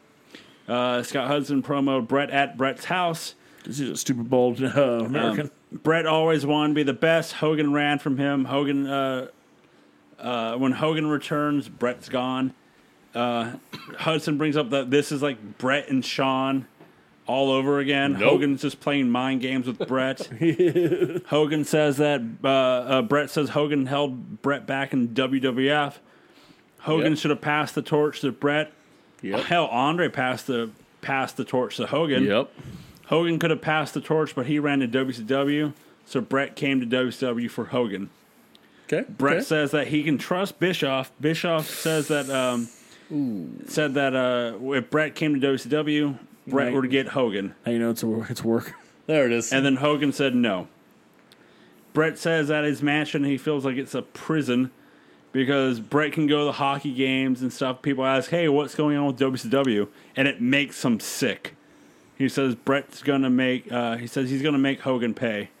Speaker 1: Uh, Scott Hudson promo Bret at Bret's house.
Speaker 2: This is a stupid bold uh, American.
Speaker 3: Um,
Speaker 1: Brett always wanted to be the best. Hogan ran from him. Hogan, uh, uh, when Hogan returns, Brett's gone. Uh, Hudson brings up that this is like Brett and Sean all over again.
Speaker 3: Nope.
Speaker 1: Hogan's just playing mind games with Brett.
Speaker 3: (laughs)
Speaker 1: Hogan says that uh, uh, Brett says Hogan held Brett back in WWF. Hogan
Speaker 3: Yep.
Speaker 1: should have passed the torch to Brett.
Speaker 3: Yep.
Speaker 1: Hell, Andre passed the passed the torch to Hogan.
Speaker 3: Yep.
Speaker 1: Hogan could have passed the torch, but he ran to WCW, so Brett came to WCW for Hogan.
Speaker 3: Okay.
Speaker 1: Brett
Speaker 3: okay.
Speaker 1: says that he can trust Bischoff. Bischoff says that um, said that uh, if Brett came to WCW, Brett
Speaker 2: Right.
Speaker 1: would get Hogan,
Speaker 2: Now you know it's a, wor- it's work.
Speaker 3: there it is.
Speaker 1: and then Hogan said no. Brett says that his mansion he feels like it's a prison because Brett can go to the hockey games and stuff. People ask, "Hey, what's going on with WCW?" and it makes him sick. He says Brett's gonna make. Uh, he says he's gonna make Hogan pay.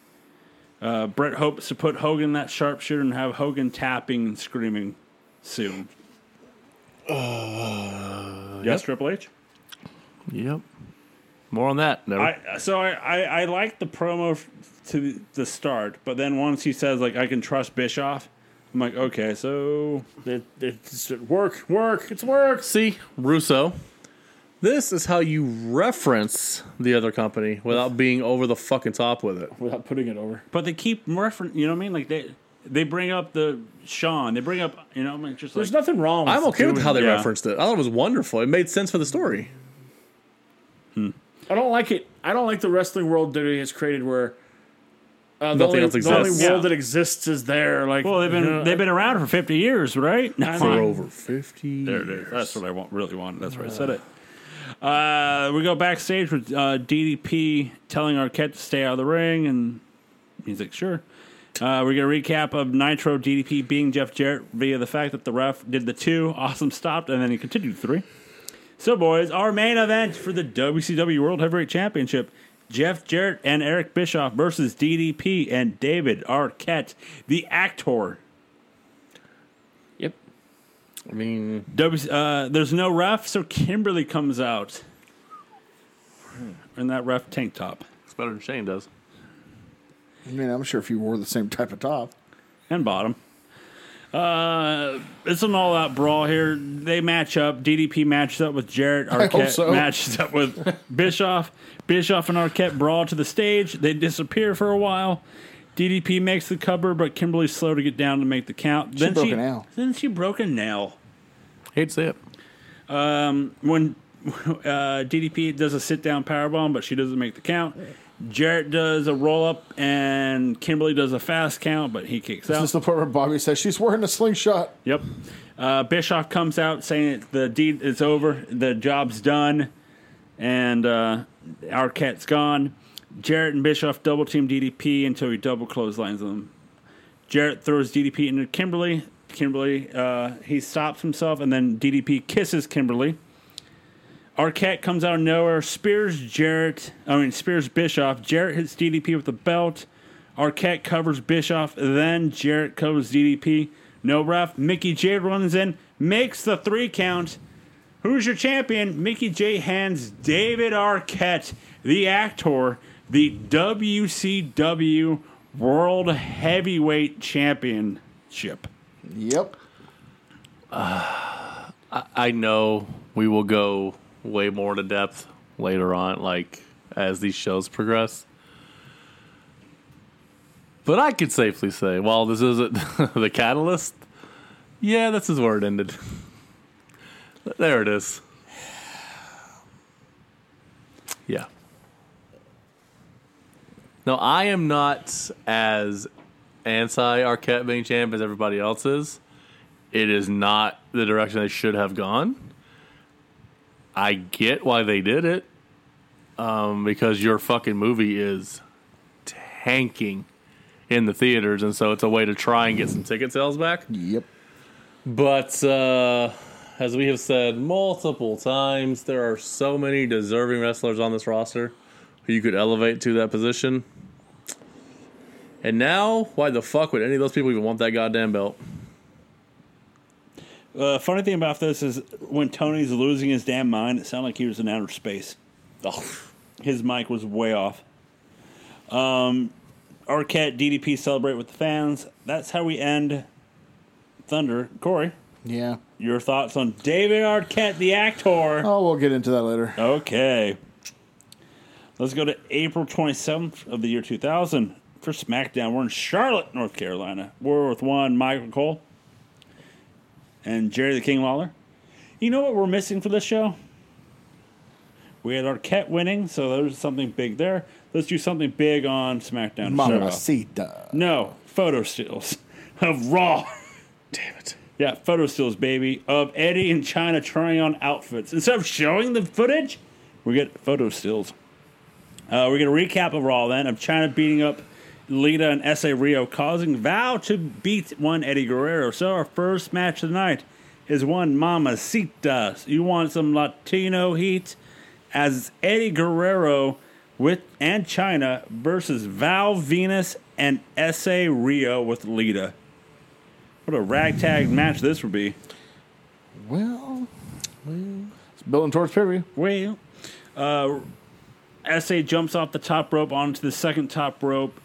Speaker 1: Uh, Brett hopes to put Hogan in that sharpshooter and have Hogan tapping and screaming soon. yes, Triple H.
Speaker 5: Yep. More on that. Never.
Speaker 1: I so I I, I like the promo f- to the- the start, but then once he says like I can trust Bischoff, I'm like okay, so
Speaker 2: It, it's work, work, it's work.
Speaker 3: See, Russo, this is how you reference the other company without being over the fucking top with it.
Speaker 2: Without putting it over.
Speaker 1: But they keep reference, you know what I mean? Like they they bring up the Sean, they bring up, you know, I'm just like
Speaker 2: There's nothing wrong with
Speaker 3: I'm okay with
Speaker 2: doing-
Speaker 3: how they
Speaker 1: yeah.
Speaker 3: referenced it. I thought it was wonderful. It made sense for the story.
Speaker 2: I don't like it. I don't like the wrestling world WWE has created where uh, the, only,
Speaker 3: Nothing else
Speaker 2: the only
Speaker 3: exists.
Speaker 2: world
Speaker 1: Yeah.
Speaker 2: that exists is there. Like,
Speaker 1: well, they've been
Speaker 2: you know,
Speaker 1: they've been around for 50 years, right? (laughs)
Speaker 2: I
Speaker 3: For
Speaker 2: mean,
Speaker 3: over 50.
Speaker 1: There it is. That's what I want, really wanted. That's where I said it. Uh, we go backstage with uh, DDP telling Arquette to stay out of the ring, and he's like, sure. Uh, we're going to recap of Nitro DDP being Jeff Jarrett via the fact that the ref did the two, awesome stopped, and then he continued three. So, boys, our main event for the WCW World Heavyweight Championship Jeff Jarrett and Eric Bischoff versus DDP and David Arquette, the actor.
Speaker 6: Yep.
Speaker 3: I mean,
Speaker 1: W- uh, there's no ref, so Kimberly comes out in that ref tank top
Speaker 5: It's better than Shane does.
Speaker 2: I mean, I'm sure if you wore the same type of top.
Speaker 1: and bottom. Uh, it's an all-out brawl here. They match up. DDP matches up with Jarrett.
Speaker 2: hope
Speaker 1: Arquette
Speaker 2: so.
Speaker 1: matches up with
Speaker 2: (laughs)
Speaker 1: Bischoff. Bischoff and Arquette brawl to the stage. They disappear for a while. DDP makes the cover, but Kimberly's slow to get down to make the count. She then
Speaker 2: broke
Speaker 1: she
Speaker 2: a nail.
Speaker 1: Then she broke a nail.
Speaker 5: Hate to say it.
Speaker 1: when (laughs) uh, DDP does a sit down power bomb, but she doesn't make the count. Jarrett does a roll up, and Kimberly does a fast count, but he kicks
Speaker 2: This
Speaker 1: out.
Speaker 2: is the part where Bobby says she's wearing a slingshot.
Speaker 1: yep. Uh, Bischoff comes out saying that the deed is over, the job's done, and uh, Arquette's gone. Jarrett and Bischoff double team DDP until he double clotheslines them. Jarrett throws DDP into Kimberly. Kimberly, uh, he stops himself, and then DDP kisses Kimberly. Arquette comes out of nowhere, spears Jarrett. I mean, spears Bischoff. Jarrett hits DDP with the belt. Arquette covers Bischoff. Then Jarrett covers DDP. No ref. Mickey J runs in, makes the three count. Who's your champion? Mickey J hands David Arquette, the actor, the WCW World Heavyweight Championship.
Speaker 2: Yep.
Speaker 5: I know we will go way more into depth later on, like as these shows progress. But I could safely say, while this isn't (laughs) the catalyst, yeah, this is where it ended. there it is. Yeah. No, I am not as anti Arquette being champ as everybody else is it is not the direction they should have gone. I get why they did it. Um, because your fucking movie is tanking in the theaters, and so it's a way to try and get some ticket sales back.
Speaker 2: Yep.
Speaker 3: But uh, as we have said multiple times, there are so many deserving wrestlers on this roster who you could elevate to that position. And now, why the fuck would any of those people even want that goddamn belt?
Speaker 1: Uh, funny thing about this is when Tony's losing his damn mind, it sounded like he was in outer space.
Speaker 3: Oh,
Speaker 1: his mic was way off. Um, Arquette, DDP celebrate with the fans. That's how we end Thunder. Corey,
Speaker 2: Yeah.
Speaker 1: your thoughts on David Arquette, the actor?
Speaker 2: Oh, we'll get into that later.
Speaker 3: Uh,
Speaker 1: Okay. Let's go to April 27th of the year 2000 for SmackDown. We're in Charlotte, North Carolina. We're with one Michael Cole and Jerry the King Lawler. You know what we're missing for this show? We had Arquette winning, so there's something big there. Let's do something big on SmackDown. to show off.
Speaker 2: Mamacita.
Speaker 1: No, photo stills of Raw.
Speaker 3: damn it.
Speaker 1: Yeah, photo stills, baby, of Eddie and China trying on outfits. Instead of showing the footage, we get photo stills. Uh, we're going to recap of Raw then of China beating up Lita and S.A. Rio, causing Val to beat one Eddie Guerrero. So our first match of the night is one Mamacita. You want some Latino heat as Eddie Guerrero with and China versus Val Venus and S.A. Rio with Lita. What a ragtag match this would be.
Speaker 2: Well, it's building towards preview.
Speaker 1: Well, uh, SA jumps off the top rope onto the second top rope,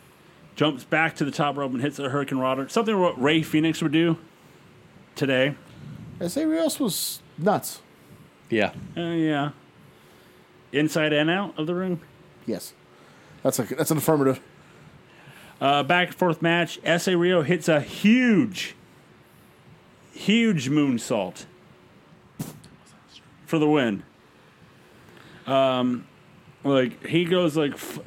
Speaker 1: jumps back to the top rope and hits a Hurricane Rodder. Something what Ray Phoenix would do today.
Speaker 2: Xavier else was nuts.
Speaker 3: Yeah.
Speaker 1: Uh, yeah. Inside and out of the ring.
Speaker 2: Yes. That's a that's an affirmative.
Speaker 1: Uh, back and forth match. SA Rio hits a huge, huge moonsault for the win. Um, like he goes like f-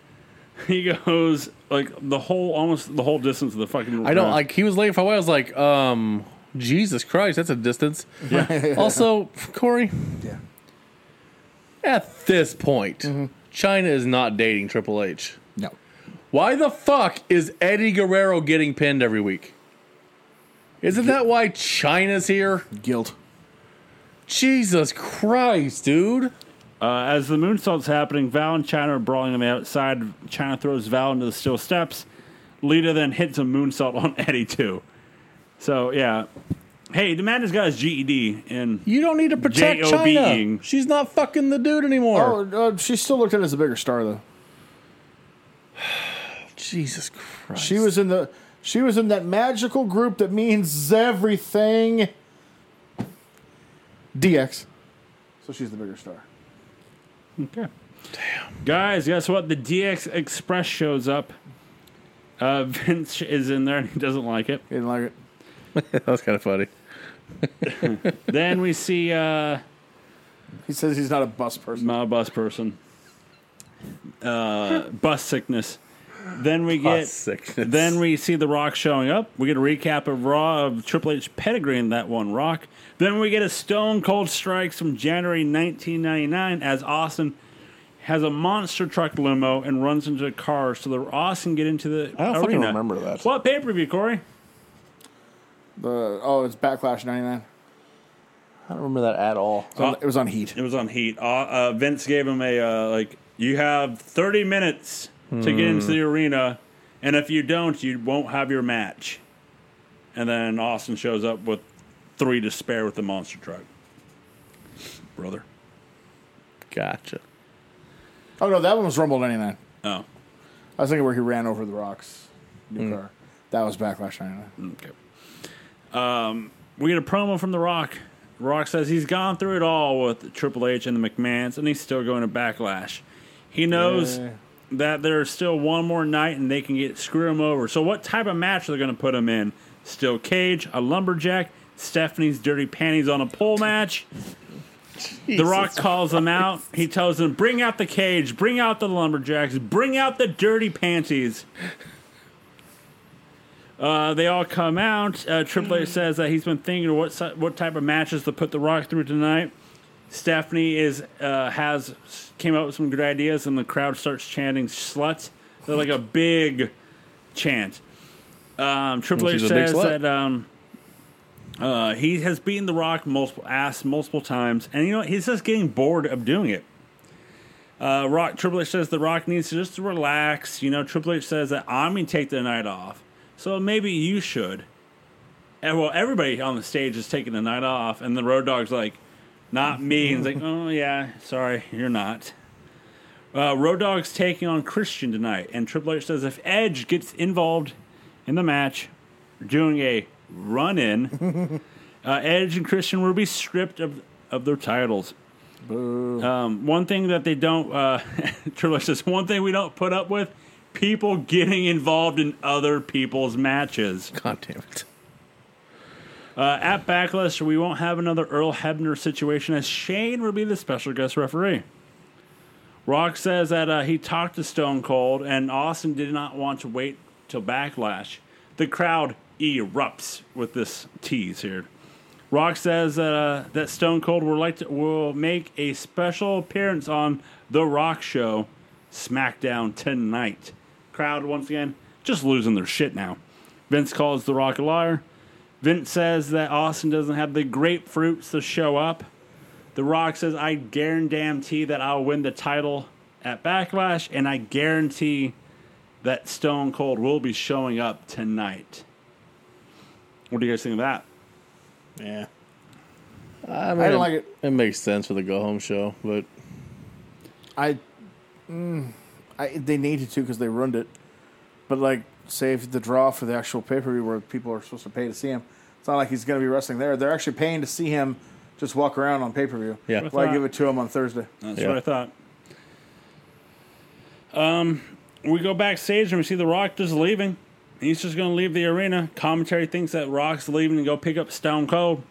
Speaker 1: (laughs) he goes like the whole almost the whole distance of the fucking.
Speaker 3: I don't
Speaker 1: uh,
Speaker 3: like he was late for a while. I was like, um, Jesus Christ, that's a distance. (laughs) also, Corey.
Speaker 2: Yeah. Mm-hmm.
Speaker 3: At this point, China is not dating Triple H.
Speaker 2: No.
Speaker 3: Why the fuck is Eddie Guerrero getting pinned every week? Isn't that why China's here?
Speaker 2: Guilt.
Speaker 3: Jesus Christ, dude.
Speaker 1: Uh, as the moonsault's happening, Val and China are brawling on the outside. China throws Val into the steel steps. Lita then hits a moonsault on (laughs) Eddie, too. So, yeah. Hey, the man has got his E GED, and
Speaker 3: You don't need to protect
Speaker 1: J-O-B-ing.
Speaker 3: China. She's not fucking the dude anymore.
Speaker 2: Oh, uh, she still looked at it as a bigger star though.
Speaker 3: Jesus Christ.
Speaker 2: Oh, She was in the she was in that magical group that means everything. DX. So she's the bigger star.
Speaker 1: Okay. Damn. Guys, guess what? The DX Express shows up. Uh, (laughs) Vince is in there and he doesn't like it.
Speaker 2: He didn't like it.
Speaker 3: that was kind of funny.
Speaker 1: then we see uh,
Speaker 2: He says he's not a bus person.
Speaker 1: my bus person, uh, bus sickness. Then we
Speaker 3: Ah,
Speaker 1: get
Speaker 3: sickness.
Speaker 1: Then we see The Rock showing up. We get a recap of Raw of Triple H pedigree in that one Rock. Then we get a Stone Cold Strikes from January 1999 as Austin has a monster truck limo and runs into a car so that Austin get into the
Speaker 3: I don't
Speaker 1: arena.
Speaker 3: fucking remember that.
Speaker 1: What pay per view, Corey?
Speaker 2: The oh, it's Backlash '99.
Speaker 3: I don't remember that at all.
Speaker 1: Oh.
Speaker 2: It was on Heat.
Speaker 1: It was on Heat. Uh, uh, Vince gave him a uh, like, you have 30 minutes to get into the arena, and if you don't, you won't have your match. And then Austin shows up with three to spare with the monster truck. Brother.
Speaker 3: Gotcha.
Speaker 2: Oh no, that one was Rumble '99.
Speaker 1: Oh,
Speaker 2: I was thinking where he ran over the rocks. New car. That was Backlash '99.
Speaker 1: okay. Um, we get a promo from The Rock. Rock says he's gone through it all with Triple H and the McMahons, and he's still going to backlash. He knows.
Speaker 2: Yeah.
Speaker 1: that there's still one more night and they can get screw him over. So what type of match are they going to put him in? Steel cage, a lumberjack, Stephanie's dirty panties on a pole match. the Rock calls him out. He tells him, "Bring out the cage, bring out the lumberjacks, bring out the dirty panties." Uh, they all come out. Uh, Triple
Speaker 3: Hmm.
Speaker 1: H says that he's been thinking of what si- what type of matches to put the Rock through tonight. Stephanie is uh, has came up with some good ideas, and the crowd starts chanting "slut." They're
Speaker 3: (laughs)
Speaker 1: like a big chant. Um, Triple H
Speaker 3: She's a big
Speaker 1: says
Speaker 3: slut.
Speaker 1: that um, uh, he has beaten The Rock multiple ass multiple times, and you know what? he's just getting bored of doing it. Uh, Rock Triple H says The Rock needs to just relax. You know, Triple H says that I'm gonna take the night off, so maybe you should. And well, everybody on the stage is taking the night off, and the Road Dog's like, not me. And it's like, oh, yeah, sorry, you're not. Uh, Road Dogg's taking on Christian tonight. And Triple H says if Edge gets involved in the match, doing a run in, uh, Edge and Christian will be stripped of, of their titles. Um, one thing that they don't, uh, (laughs) Triple H says, one thing we don't put up with people getting involved in other people's matches.
Speaker 3: God damn it.
Speaker 1: Uh, at Backlash, we won't have another Earl Hebner situation as Shane will be the special guest referee. Rock says that uh, he talked to Stone Cold and Austin did not want to wait till Backlash. The crowd erupts with this tease here. Rock says that, uh, that Stone Cold will, like to, will make a special appearance on The Rock Show SmackDown tonight. Crowd, once again, just losing their shit now. Vince calls The Rock a liar. Vince says that Austin doesn't have the grapefruits to show up. The Rock says, I guarantee that I'll win the title at Backlash, and I guarantee that Stone Cold will be showing up tonight. What do you guys think of that?
Speaker 2: Yeah.
Speaker 3: I, mean,
Speaker 2: I didn't like it.
Speaker 3: It makes sense for the go home show, but
Speaker 2: I, mm, I they needed to because they ruined it. But like, save the draw for the actual pay per view where people are supposed to pay to see him. It's not like he's going to be wrestling there. They're actually paying to see him just walk around on pay per view.
Speaker 3: Yeah.
Speaker 2: Why give it to him on Thursday?
Speaker 1: That's
Speaker 3: Yeah.
Speaker 1: what I thought. Um, we go backstage and we see The Rock just leaving. He's just going to leave the arena. Commentary thinks that Rock's leaving to go pick up Stone Cold.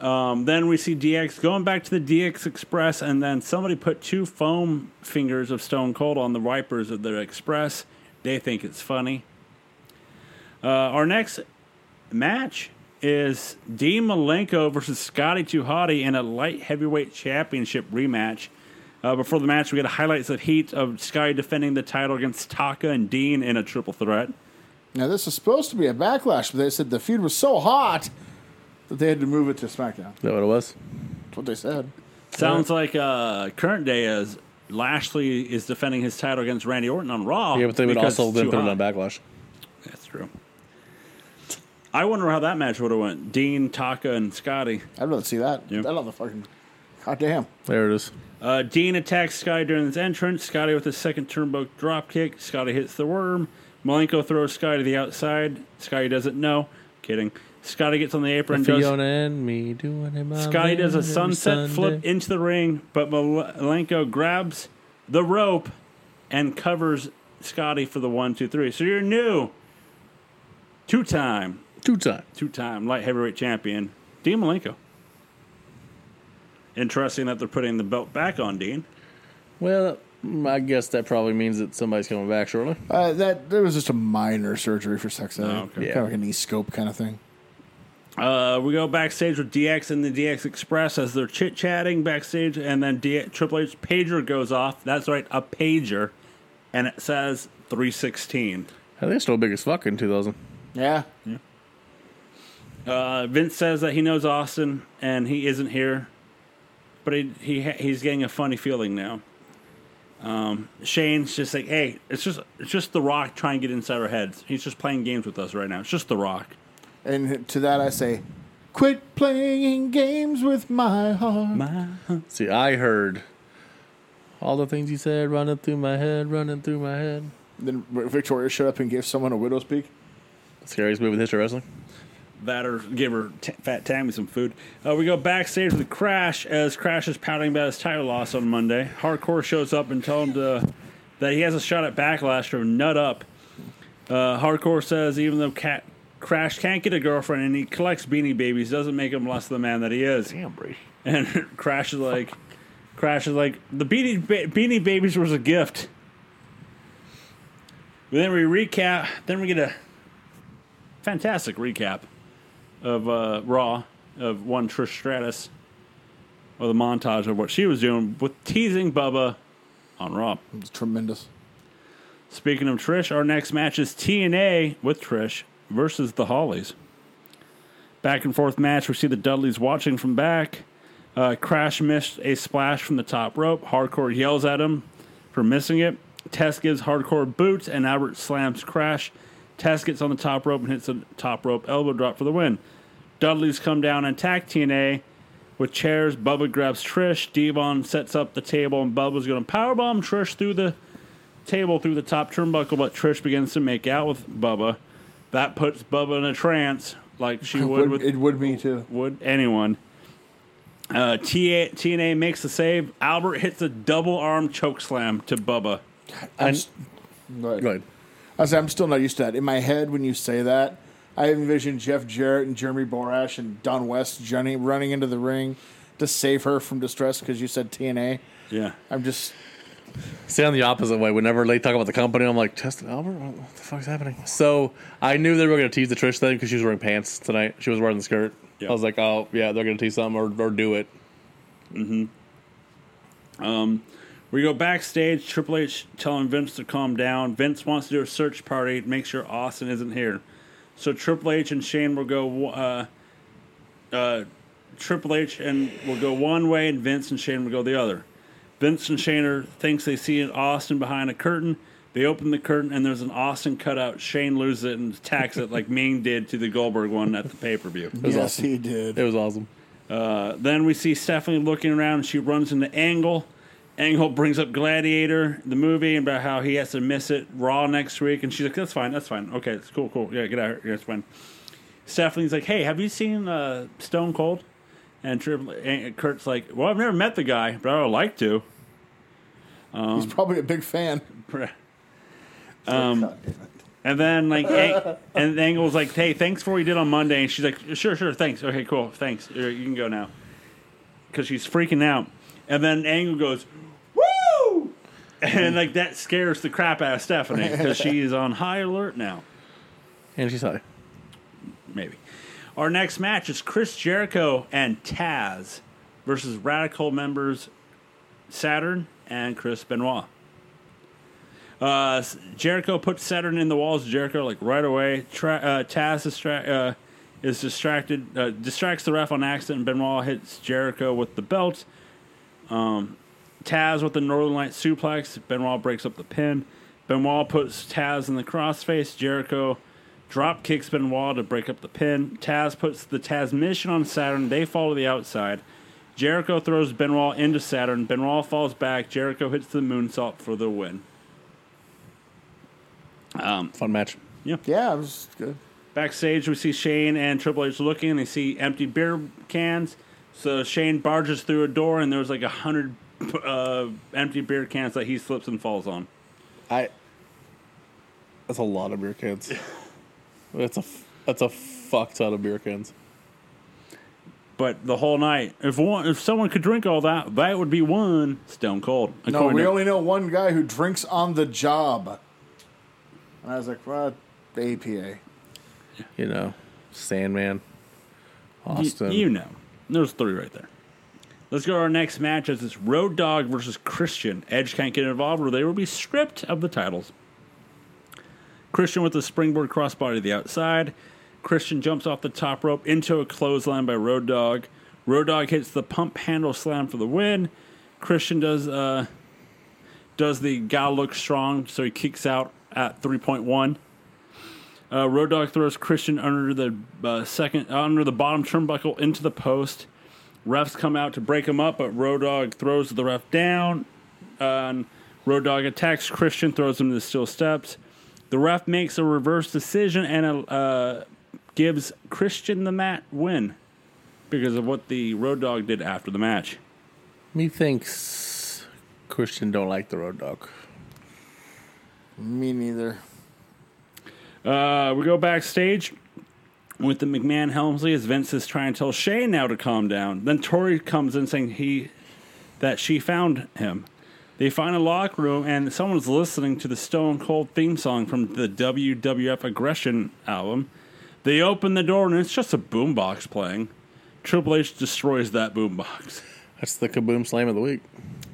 Speaker 1: Um, then we see DX going back to the DX Express, and then somebody put two foam fingers of Stone Cold on the wipers of the Express. They think it's funny. Uh, our next match is Dean Malenko versus Scotty Tuhati in a light heavyweight championship rematch. Uh, before the match, we get highlights of heat of Sky defending the title against Taka and Dean in a triple threat.
Speaker 7: Now, this was supposed to be a backlash, but they said the feud was so hot that they had to move it to SmackDown.
Speaker 3: that what it was?
Speaker 7: That's what they said.
Speaker 1: Sounds like uh, current day is Lashley is defending his title against Randy Orton on Raw.
Speaker 3: Yeah, but they would
Speaker 1: because
Speaker 3: also
Speaker 1: it's
Speaker 3: then
Speaker 1: too
Speaker 3: put it
Speaker 1: hot.
Speaker 3: on Backlash.
Speaker 1: That's true. I wonder how that match would have went. Dean, Taka, and Scotty.
Speaker 7: I'd rather see that. I love the fucking. God damn.
Speaker 3: There it is.
Speaker 1: Uh, Dean attacks Scotty during his entrance. Scotty with his second turnbuckle dropkick. Scotty hits the worm. Malenko throws Scotty to the outside. Scotty doesn't know. Kidding. Scotty gets on the apron. Does
Speaker 3: Fiona and me doing it. my
Speaker 1: Scotty does a
Speaker 3: way every
Speaker 1: sunset flip
Speaker 3: Sunday.
Speaker 1: into the ring, but Malenko grabs the rope and covers Scotty for the one, two, three. So you're new. Two time,
Speaker 3: two times.
Speaker 1: two time light heavyweight champion, Dean Malenko. Interesting that they're putting the belt back on Dean.
Speaker 3: Well, mm, I guess that probably means that somebody's coming back shortly.
Speaker 7: Uh, that there was just a minor surgery for sex ed.
Speaker 1: okay.
Speaker 7: Kind of like an e scope kind of thing.
Speaker 1: Uh, we go backstage with DX and the DX Express as they're chit chatting backstage, and then D- Triple H pager goes off. That's right, a pager, and it says 316.
Speaker 3: Hell, They're still big as fuck in 2000.
Speaker 7: Yeah.
Speaker 1: Uh, Vince says that he knows Austin and he isn't here, but he, he ha- he's getting a funny feeling now. Um, Shane's just like, hey, it's just it's just The Rock trying to get inside our heads. He's just playing games with us right now. It's just The Rock.
Speaker 7: And to that I say, quit playing games with my heart.
Speaker 3: See, I heard all the things you said running through my head, running through my head.
Speaker 7: then Victoria showed up and gave someone a widow's peak.
Speaker 3: Scariest movie in the history of wrestling.
Speaker 1: That or give her t- Fat Tammy some food. Uh, we go backstage with Crash as Crash is pouting about his title loss on Monday. Hardcore shows up and tell him to, that he has a shot at Backlash or nut up. Uh, Hardcore says even though Cat, Crash can't get a girlfriend and he collects beanie babies, doesn't make him less the man that he is.
Speaker 3: Damn, Brady.
Speaker 1: And (laughs) Crash is like, Crash is like, the beanie, ba- beanie babies was a gift. But then we recap. Then we get a fantastic recap of uh, Raw of one Trish Stratus, or the montage of what she was doing with teasing Bubba on Raw.
Speaker 7: It's tremendous.
Speaker 1: Speaking of Trish, our next match is TNA with Trish versus the Hollies. Back and forth match. We see the Dudleys watching from back. Uh, Crash missed a splash from the top rope. Hardcore yells at him for missing it. Tess gives Hardcore boots, and Albert slams Crash. Tess gets on the top rope and hits a top rope elbow drop for the win. Dudleys come down and attack TNA with chairs. Bubba grabs Trish. Devon sets up the table, and Bubba's going to powerbomb Trish through the table through the top turnbuckle, but Trish begins to make out with Bubba. That puts Bubba in a trance, like she would
Speaker 7: Would-
Speaker 1: with
Speaker 7: it would me too.
Speaker 1: would anyone. Uh, TA, TNA makes the save. Albert hits a double arm choke slam to Bubba.
Speaker 7: I'm, s- go ahead.
Speaker 3: Go ahead.
Speaker 7: I was, I'm still not used to that. In my head, when you say that, I envision Jeff Jarrett and Jeremy Borash and Don West Johnny running into the ring to save her from distress because you said TNA.
Speaker 1: Yeah.
Speaker 7: I'm just
Speaker 3: See, I'm the opposite way. Whenever they talk about the company, I'm like, Justin Albert, what the fuck's happening? So I knew they were going to tease the Trish thing because she was wearing pants tonight. She was wearing the skirt.
Speaker 1: Yeah.
Speaker 3: I was like, oh, yeah, they're going to tease something or, or do it.
Speaker 1: We go backstage. Triple H telling Vince to calm down. Vince wants to do a search party, make sure Austin isn't here. So Triple H and Shane will go. Uh, uh, Triple H and will go one way, and Vince and Shane will go the other. Vince and Shane are, thinks they see an Austin behind a curtain. They open the curtain, and there's an Austin cutout. Shane loses it and attacks it like Ming did to the Goldberg one at the pay per view.
Speaker 7: yes,
Speaker 3: awesome.
Speaker 7: he did.
Speaker 3: It was awesome.
Speaker 1: Then we see Stephanie looking around. She runs into Angle. Angle brings up Gladiator, the movie, and about how he has to miss it Raw next week. And she's like, "That's fine. That's fine. Okay, it's cool. Cool. Yeah, get out. Here. Yeah, it's fine." Stephanie's like, "Hey, have you seen uh, Stone Cold?" And Triple and Kurt's like, "Well, I've never met the guy, but I would like to."
Speaker 7: He's probably a big fan.
Speaker 1: Um, And then like, Ang- and Angle's like, "Hey, thanks for what you did on Monday." And she's like, "Sure, sure, thanks. Okay, cool, thanks. Uh, You can go now," because she's freaking out. And then Angle goes, "Woo!" (laughs) And like that scares the crap out of Stephanie because she is on high alert now.
Speaker 3: And she's high.
Speaker 1: Maybe our next match is Chris Jericho and Taz versus Radical members Saturn and Chris Benoit. Uh, S- Jericho puts Saturn in the walls. of Jericho like right away. Tra- uh, Taz distra- uh, is distracted, uh, distracts the ref on accident. and Benoit hits Jericho with the belt. Um, Taz with the Northern Light suplex. Benoit breaks up the pin. Benoit puts Taz in the crossface. Jericho drop kicks Benoit to break up the pin. Taz puts the Taz mission on Saturn. They fall to the outside. Jericho throws Benoit into Saturn. Benoit falls back. Jericho hits the moonsault for the win.
Speaker 3: Fun match.
Speaker 2: Yeah, it was good.
Speaker 1: Backstage, we see Shane and Triple H looking, and they see empty beer cans. So Shane barges through a door, and there's like a hundred uh, empty beer cans that he slips and falls on.
Speaker 3: I. That's a lot of beer (laughs) cans. that's a f- that's a fuck ton of beer cans.
Speaker 1: But the whole night, if one, if someone could drink all that, that would be one Stone Cold.
Speaker 2: No,
Speaker 1: according
Speaker 2: we
Speaker 1: to-
Speaker 2: only know one guy who drinks on the job. And I was like, what? The APA.
Speaker 3: You know, Sandman,
Speaker 1: Y-
Speaker 3: Austin.
Speaker 1: You know, there's three right there. Let's go to our next match as it's Road Dog versus Christian. Edge can't get involved or they will be stripped of the titles. Christian with a springboard crossbody to the outside. Christian jumps off the top rope into a clothesline by Road Dog. Road Dog hits the pump handle slam for the win. Christian does uh does the guy look strong, so he kicks out at three point one. Uh, Road Dog throws Christian under the uh, second under the bottom turnbuckle into the post. Refs come out to break him up, but Road Dog throws the ref down. Uh, and Road Dog attacks Christian, throws him to the steel steps. The ref makes a reverse decision and uh, gives Christian the mat win because of what the Road Dog did after the match.
Speaker 3: Methinks Christian don't like the road dog.
Speaker 2: Me neither.
Speaker 1: Uh, we go backstage with the McMahon Helmsley as Vince is trying to tell Shane now to calm down. Then Tori comes in saying he that she found him. They find a locker room and someone's listening to the Stone Cold theme song from the WWF Aggression album. They open the door and it's just a boombox playing. Triple H destroys that boombox.
Speaker 3: That's the kaboom slam of the week.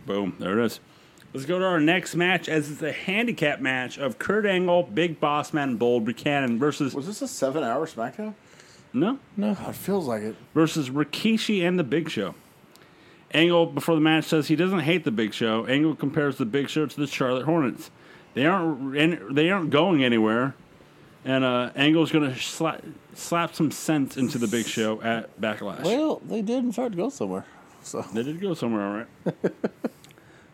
Speaker 1: Boom, there it is. Let's go to our next match as it's a handicap match of Kurt Angle, Big Boss Man, Bold Buchanan versus
Speaker 2: Was this a seven hour SmackDown?
Speaker 1: no
Speaker 2: God, feels like it.
Speaker 1: versus Rikishi and The Big Show. Angle, before the match, says he doesn't hate The Big Show. Angle compares The Big Show to the Charlotte Hornets. They aren't and they aren't going anywhere, and uh, Angle's going to slap slap some sense into The Big Show at Backlash.
Speaker 3: Well, they did in fact go somewhere. So
Speaker 1: They did go somewhere, all right. (laughs)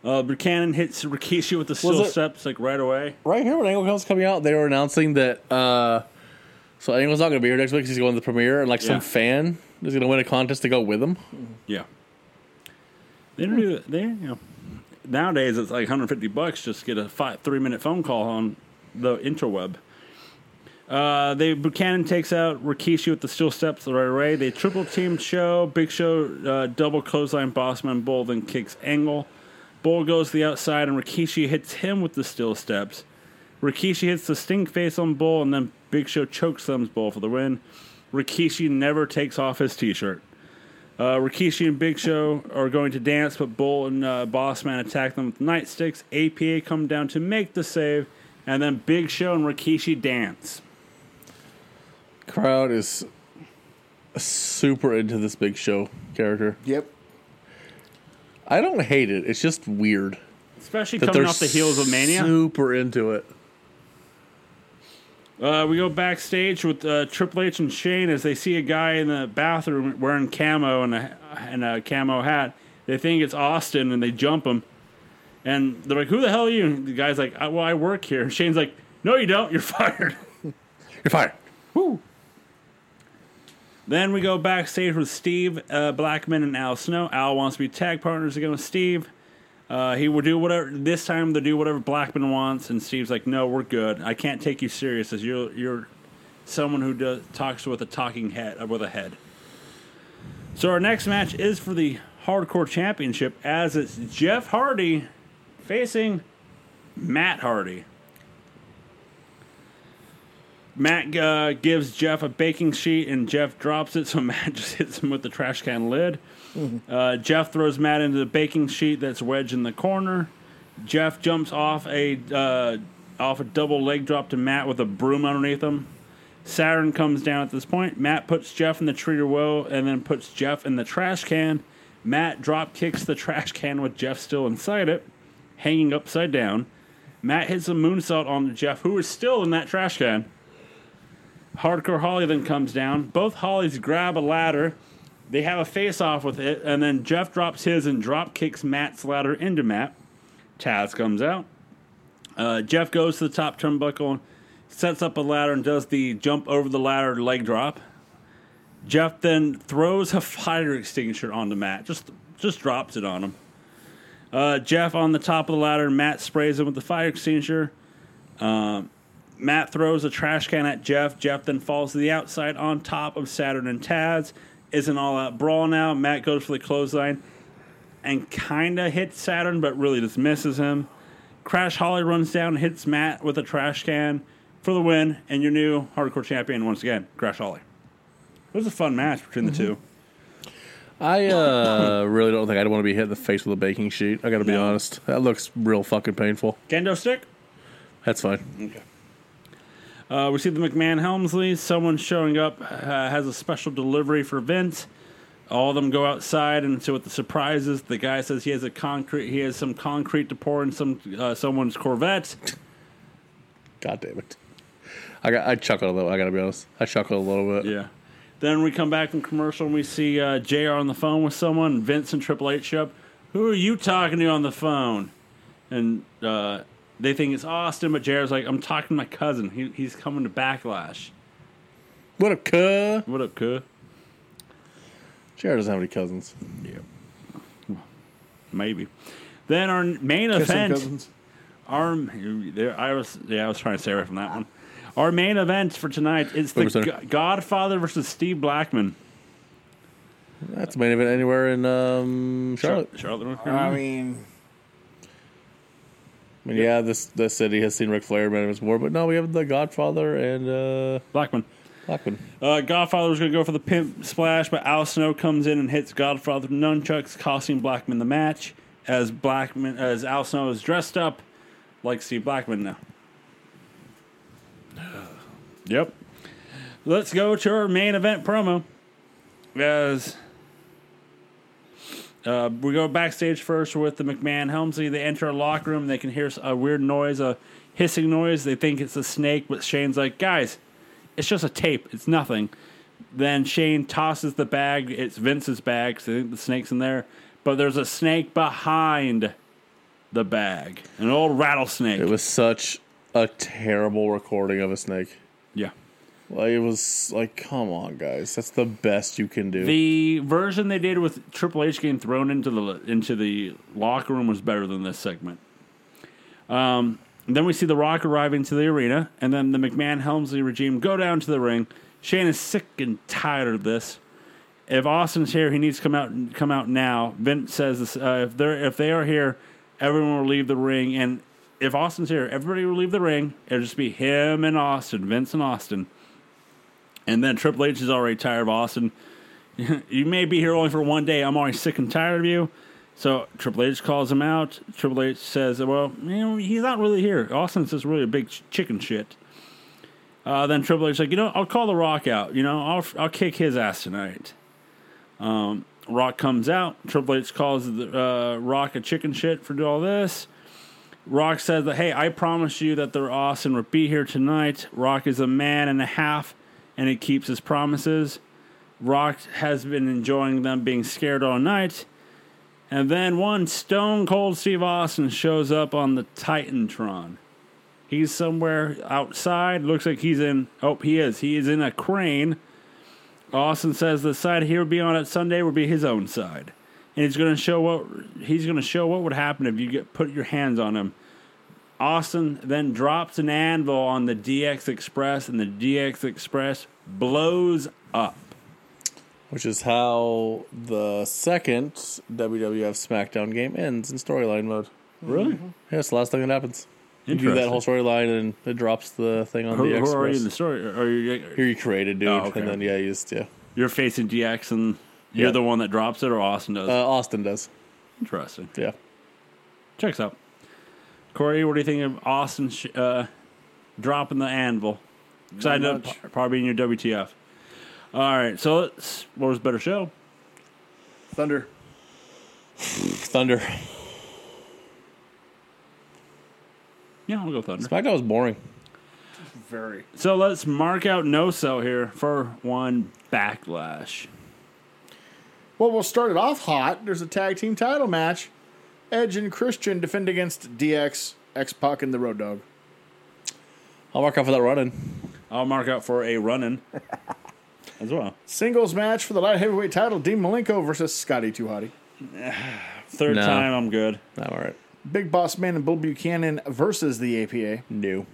Speaker 1: uh, Buchanan hits Rikishi with the steel
Speaker 3: it-
Speaker 1: steps like right away.
Speaker 3: right here when Angle comes coming out, they were announcing that uh so Angle's not gonna be here next week 'cause he's going to the premiere and like
Speaker 1: Yeah.
Speaker 3: some fan is gonna win a contest to go with him.
Speaker 1: Yeah, they don't do that. They you know, nowadays it's like 150 bucks just to get a five three minute phone call on the interweb. Uh, they Buchanan takes out Rikishi with the steel steps the right away. They triple team show. Big Show uh, double clothesline Bossman Bull then kicks Angle. Bull goes to the outside and Rikishi hits him with the steel steps. Rikishi hits the sting face on Bull and then Big Show chokeslams Bull for the win. Rikishi never takes off his t-shirt. Uh, Rikishi and Big Show are going to dance, but Bull and uh, Bossman attack them with nightsticks. APA come down to make the save, and then Big Show and Rikishi dance.
Speaker 3: Crowd is super into this big show character.
Speaker 2: Yep.
Speaker 3: I don't hate it. It's just weird.
Speaker 1: Especially
Speaker 3: That
Speaker 1: coming
Speaker 3: they're
Speaker 1: off the heels of Mania.
Speaker 3: Super into it.
Speaker 1: Uh, we go backstage with uh, Triple H and Shane as they see a guy in the bathroom wearing camo and a, and a camo hat. They think it's Austin and they jump him. And they're like, Who the hell are you? And the guy's like, I, Well, I work here. (laughs) And Shane's like, No, you don't. You're (laughs) fired.
Speaker 3: You're fired.
Speaker 1: Then we go backstage with Steve uh, Blackman and Al Snow. Al wants to be tag partners again with Steve. Uh, he will do whatever. This time they'll do whatever Blackman wants, and Steve's like, "No, we're good. I can't take you serious as you're you're someone who does, talks with a talking head uh, with a head." So our next match is for the Hardcore Championship, as it's Jeff Hardy facing Matt Hardy. Matt uh, gives Jeff a baking sheet and Jeff drops it, so (laughs) Matt just hits him with the trash can lid. Uh, Jeff throws Matt into the baking sheet that's wedged in the corner. Jeff jumps off a uh, off a double leg drop to Matt with a broom underneath him. Saturn comes down at this point. Matt puts Jeff in the treater woe and then puts Jeff in the trash can. Matt drop kicks the trash can with Jeff still inside it, hanging upside down. Matt hits a moonsault on Jeff, who is still in that trash can. Hardcore Holly then comes down. Both Hollies grab a ladder. They have a face off with it, and then Jeff drops his and drop kicks Matt's ladder into Matt. Taz comes out. Uh, Jeff goes to the top turnbuckle, sets up a ladder, and does the jump over the ladder leg drop. Jeff then throws a fire extinguisher onto Matt, just just drops it on him. Uh, Jeff on the top of the ladder, Matt sprays him with the fire extinguisher. Matt throws a trash can at Jeff. Jeff then falls to the outside on top of Saturn and Taz. Is an all out brawl now. Matt goes for the clothesline and kind of hits Saturn, but really just misses him. Crash Holly runs down, hits Matt with a trash can for the win, and your new hardcore champion once again, Crash Holly. It was a fun match between the two.
Speaker 3: I uh, (laughs) really don't think I'd want to be hit in the face with a baking sheet. I got to be honest. That looks real fucking painful.
Speaker 1: Kendo stick.
Speaker 3: That's fine.
Speaker 1: Uh, we see the McMahon Helmsley. Someone showing up uh, has a special delivery for Vince. All of them go outside and see what the surprise is. The guy says he has a concrete. He has some concrete to pour in some uh, someone's Corvette.
Speaker 3: God damn it. I got I chuckled a little. I got to be honest. I chuckled a little bit.
Speaker 1: Yeah. Then we come back from commercial and we see uh, JR on the phone with someone. Vince and Triple H show up. Who are you talking to on the phone? And uh, they think it's Austin, but JR's like, I'm talking to my cousin. He, he's coming to Backlash.
Speaker 3: What up, cuh?
Speaker 1: What up, cuh?
Speaker 3: Jared doesn't have any cousins.
Speaker 1: Maybe. Then our main
Speaker 2: Kissing
Speaker 1: event.
Speaker 2: cousins.
Speaker 1: Our there, I was yeah, I was trying to stay away from that one. Our main event for tonight is the
Speaker 3: Wait a second.
Speaker 1: G- Godfather versus Steve Blackman.
Speaker 3: That's the main event anywhere in um, Charlotte.
Speaker 1: Charlotte, North
Speaker 2: I
Speaker 1: Carolina.
Speaker 2: mean,
Speaker 3: I mean, yeah, this this city has seen Ric Flair many times more, but no, we have the Godfather and uh,
Speaker 1: Blackman.
Speaker 3: Blackman.
Speaker 1: Uh, Godfather was going to go for the pimp splash, but Al Snow comes in and hits Godfather with nunchucks, costing Blackman the match. As Blackman, as Al Snow is dressed up like Steve Blackman now. Yep. Let's go to our main event promo. As uh, we go backstage first with the McMahon Helmsley. They enter a locker room. They can hear a weird noise, a hissing noise. They think it's a snake, but Shane's like, guys, it's just a tape. It's nothing. Then Shane tosses the bag. It's Vince's bag, so they think the snake's in there. But there's a snake behind the bag, an old rattlesnake.
Speaker 3: It was such a terrible recording of a snake.
Speaker 1: yeah.
Speaker 3: Like it was like, come on, guys, that's the best you can do.
Speaker 1: The version they did with Triple H getting thrown into the into the locker room was better than this segment. Um, then we see The Rock arriving to the arena, and then the McMahon Helmsley regime go down to the ring. Shane is sick and tired of this. If Austin's here, he needs to come out come out now. Vince says this, uh, if they're if they are here, everyone will leave the ring, and if Austin's here, everybody will leave the ring. It'll just be him and Austin, Vince and Austin. And then Triple H is already tired of Austin. You may be here only for one day. I'm already sick and tired of you. So Triple H calls him out. Triple H says, Well, you know, he's not really here. Austin's just really a big ch- chicken shit. Uh, then Triple H's like, You know, I'll call The Rock out. You know, I'll, I'll kick his ass tonight. Um, Rock comes out. Triple H calls the, uh, Rock a chicken shit for all this. Rock says that, Hey, I promised you that the Austin would be here tonight. Rock is a man and a half, and he keeps his promises. Rock has been enjoying them being scared all night. And then one stone cold Steve Austin shows up on the Titantron. He's somewhere outside. Looks like he's in. Oh, he is. He is in a crane. Austin says the side he would be on at Sunday would be his own side, and he's going to show what he's going to show what would happen if you get put your hands on him. Austin then drops an anvil on the DX Express, and the DX Express blows up.
Speaker 3: which is how the second WWF SmackDown game ends in storyline mode.
Speaker 1: Really?
Speaker 3: Yeah, it's the last thing that happens. You do that whole storyline and it drops the thing on
Speaker 1: Who,
Speaker 3: the
Speaker 1: who are you in the
Speaker 3: Express.
Speaker 1: story? Are you,
Speaker 3: You're you created, dude,
Speaker 1: Oh, okay.
Speaker 3: and then yeah, you just yeah.
Speaker 1: you're facing DX and you're
Speaker 3: Yeah.
Speaker 1: the one that drops it, or Austin does?
Speaker 3: Uh, Austin does.
Speaker 1: Interesting.
Speaker 3: Yeah.
Speaker 1: Checks out. Corey, what do you think of Austin sh- uh, dropping the anvil? Because I know
Speaker 7: much.
Speaker 1: p- probably in your WTF. All right, so let's, what was better show?
Speaker 7: Thunder.
Speaker 3: Thunder. (laughs)
Speaker 1: Yeah, I'll go Thunder.
Speaker 3: SmackDown was boring.
Speaker 7: Very.
Speaker 1: So let's mark out no sell here for one backlash.
Speaker 7: Well, we'll start it off hot. There's a tag team title match. Edge and Christian defend against DX, X Pac, and the Road Dog.
Speaker 3: I'll mark out for that running.
Speaker 1: I'll mark out for a
Speaker 3: (laughs)
Speaker 1: running as well.
Speaker 7: Singles match for the light heavyweight title: Dean Malenko versus Scotty Too Hotty.
Speaker 1: Third
Speaker 3: No.
Speaker 1: time, I'm good.
Speaker 3: I'm all right.
Speaker 7: Big Boss Man and Bull Buchanan versus the APA.
Speaker 3: New.